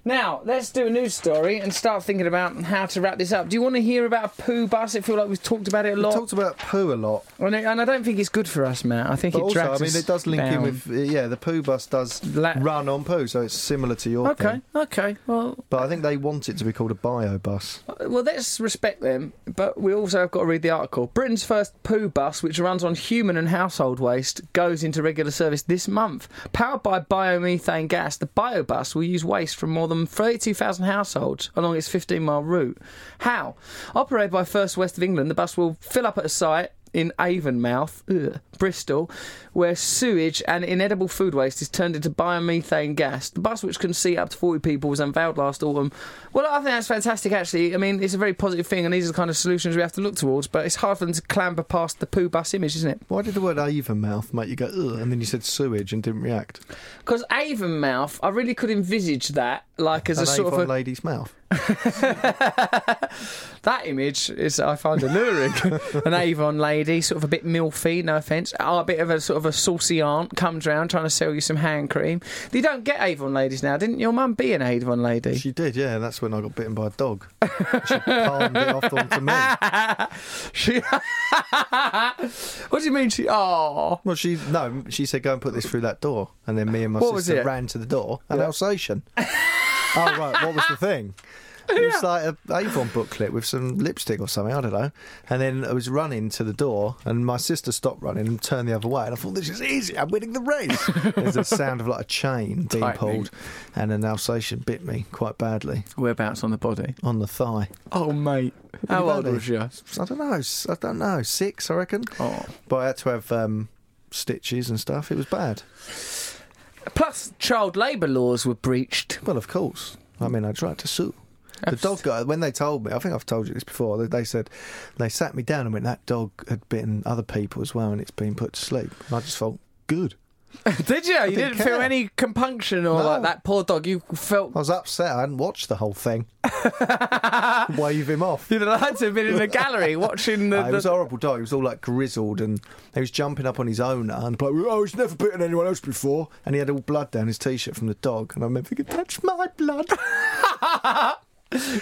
[SPEAKER 1] Now, let's do a news story and start thinking about how to wrap this up. Do you want to hear about a poo bus? It feel like we've talked about it a
[SPEAKER 2] We
[SPEAKER 1] lot.
[SPEAKER 2] talked about poo a lot,
[SPEAKER 1] and, I- and I don't think it's good for us, Matt. I think
[SPEAKER 2] but
[SPEAKER 1] it
[SPEAKER 2] also I
[SPEAKER 1] drags
[SPEAKER 2] mean
[SPEAKER 1] us
[SPEAKER 2] it does link in
[SPEAKER 1] down.
[SPEAKER 2] with yeah, the poo bus does
[SPEAKER 1] La-
[SPEAKER 2] run on poo, so it's similar to your
[SPEAKER 1] Okay,
[SPEAKER 2] thing.
[SPEAKER 1] okay. Well,
[SPEAKER 2] But I think they want it to be called a bio bus.
[SPEAKER 1] Well, let's respect them, but we also have got to read the article. Britain's first poo bus, which runs on human and household waste, goes into regular service this month. Powered by biomethane gas, the biobus will use waste from more than 32,000 households along its 15 mile route. How? Operated by First West of England, the bus will fill up at a site in Avonmouth, ugh, Bristol, where sewage and inedible food waste is turned into biomethane gas. The bus, which can seat up to 40 people, was unveiled last autumn. Well, I think that's fantastic, actually. I mean, it's a very positive thing, and these are the kind of solutions we have to look towards, but it's hard for them to clamber past the poo bus image, isn't it?
[SPEAKER 2] Why did the word Avonmouth make you go Ugh, and then you said sewage and didn't react?
[SPEAKER 1] Because Avonmouth, I really could envisage that, like, as
[SPEAKER 2] An
[SPEAKER 1] a sort
[SPEAKER 2] Avon
[SPEAKER 1] of a.
[SPEAKER 2] lady's mouth.
[SPEAKER 1] That image is I find alluring. An Avon lady, sort of a bit milfy, no offence. Oh, a bit of a sort of a saucy aunt comes round trying to sell you some hand cream. You don't get Avon ladies now, didn't your mum be an Avon lady?
[SPEAKER 2] She did, yeah. That's when I got bitten by a dog. she palmed it off onto me.
[SPEAKER 1] She. what do you mean she? Oh,
[SPEAKER 2] Well, she no, she said go and put this through that door, and then me and my
[SPEAKER 1] What was
[SPEAKER 2] sister
[SPEAKER 1] it?
[SPEAKER 2] ran to the door. An Alsatian. oh right, what was the thing? It was like a Avon booklet with some lipstick or something. I don't know. And then I was running to the door, and my sister stopped running and turned the other way. And I thought, "This is easy. I'm winning the race." There's a sound of like a chain being
[SPEAKER 1] Tightening.
[SPEAKER 2] pulled, and an Alsatian bit me quite badly
[SPEAKER 1] whereabouts on the body?
[SPEAKER 2] on the thigh.
[SPEAKER 1] Oh, mate, how
[SPEAKER 2] Really
[SPEAKER 1] old
[SPEAKER 2] badly.
[SPEAKER 1] was you?
[SPEAKER 2] I don't know. s- I don't know. Six, I reckon.
[SPEAKER 1] Oh.
[SPEAKER 2] But I had to have um, stitches and stuff. It was bad.
[SPEAKER 1] Plus, child labour laws were breached.
[SPEAKER 2] Well, of course. I mean, I tried to sue. The dog guy, when they told me, I think I've told you this before, they, they said, they sat me down and went, that dog had bitten other people as well and it's been put to sleep. And I just felt good.
[SPEAKER 1] Did you? you didn't
[SPEAKER 2] didn't
[SPEAKER 1] feel
[SPEAKER 2] care.
[SPEAKER 1] any compunction or
[SPEAKER 2] No.
[SPEAKER 1] like that poor dog. You felt.
[SPEAKER 2] I was upset. I hadn't watched the whole thing. Wave him off.
[SPEAKER 1] You'd have had to have been in the gallery watching the.
[SPEAKER 2] Uh, it was a
[SPEAKER 1] the
[SPEAKER 2] horrible dog. He was all like grizzled and he was jumping up on his owner and like, oh, he's never bitten anyone else before. And he had all blood down his t shirt from the dog. And I remember thinking, that's my blood.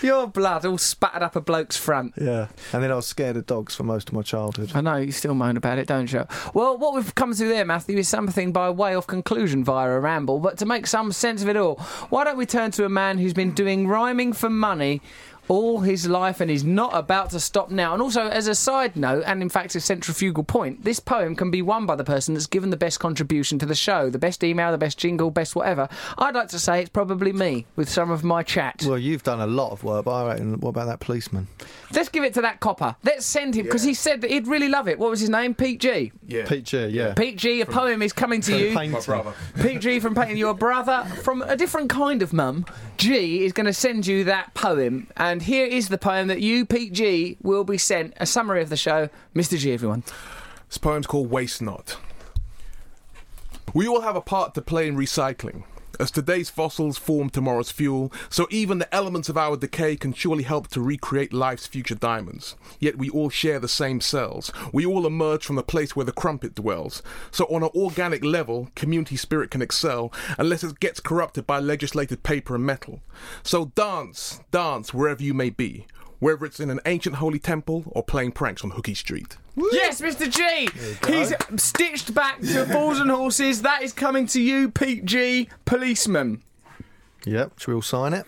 [SPEAKER 1] your blood all spattered up a bloke's front.
[SPEAKER 2] yeah. And then I was scared of dogs for most of my childhood.
[SPEAKER 1] I know you still moan about it, don't you? Well, what we've come to there, Matthew, is something by way of conclusion via a ramble. But to make some sense of it all, why don't we turn to a man who's been doing rhyming for money all his life and is not about to stop now? And also, as a side note, and in fact a centrifugal point, this poem can be won by the person that's given the best contribution to the show, the best email, the best jingle, best whatever. I'd like to say it's probably me with some of my chat.
[SPEAKER 2] Well, you've done a lot of work, but I reckon, what about that policeman?
[SPEAKER 1] Let's give it to that copper. Let's send him because he said that he'd really love it. What was his name? Pete G.
[SPEAKER 6] Yeah.
[SPEAKER 2] Pete G, yeah.
[SPEAKER 1] Pete G, a poem is coming to you.
[SPEAKER 2] Painter.
[SPEAKER 6] My brother.
[SPEAKER 1] Pete G from Painting Your Brother from a different kind of mum. G is going to send you that poem, and here is the poem that you, Pete G, will be sent. A summary of the show, Mr. G, everyone.
[SPEAKER 6] This poem's called Waste Not. We all have a part to play in recycling. As today's fossils form tomorrow's fuel, so even the elements of our decay can surely help to recreate life's future diamonds. Yet we all share the same cells. We all emerge from the place where the crumpet dwells. So, on an organic level, community spirit can excel unless it gets corrupted by legislated paper and metal. So, dance, dance wherever you may be, whether it's in an ancient holy temple or playing pranks on Hookie Street.
[SPEAKER 1] Yes, Mr. G. He's stitched back to balls and horses. That is coming to you, Pete G, policeman.
[SPEAKER 2] Yep. Shall we all sign it?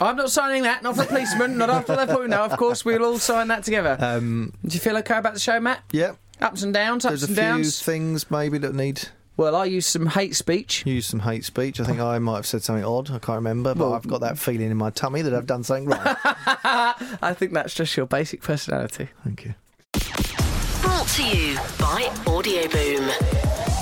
[SPEAKER 1] I'm not signing that, not for policeman, not after that point. No, of course, we'll all sign that together.
[SPEAKER 2] Um,
[SPEAKER 1] Do you feel okay about the show, Matt?
[SPEAKER 2] yep.
[SPEAKER 1] Ups and downs, ups
[SPEAKER 2] There's a
[SPEAKER 1] and
[SPEAKER 2] few
[SPEAKER 1] downs.
[SPEAKER 2] things maybe that need
[SPEAKER 1] well, I used some hate speech.
[SPEAKER 2] use some hate speech. I think I might have said something odd. I can't remember, but I've got that feeling in my tummy that I've done something wrong.
[SPEAKER 1] I think that's just your basic personality.
[SPEAKER 2] Thank you.
[SPEAKER 9] Brought to you by Audio Boom.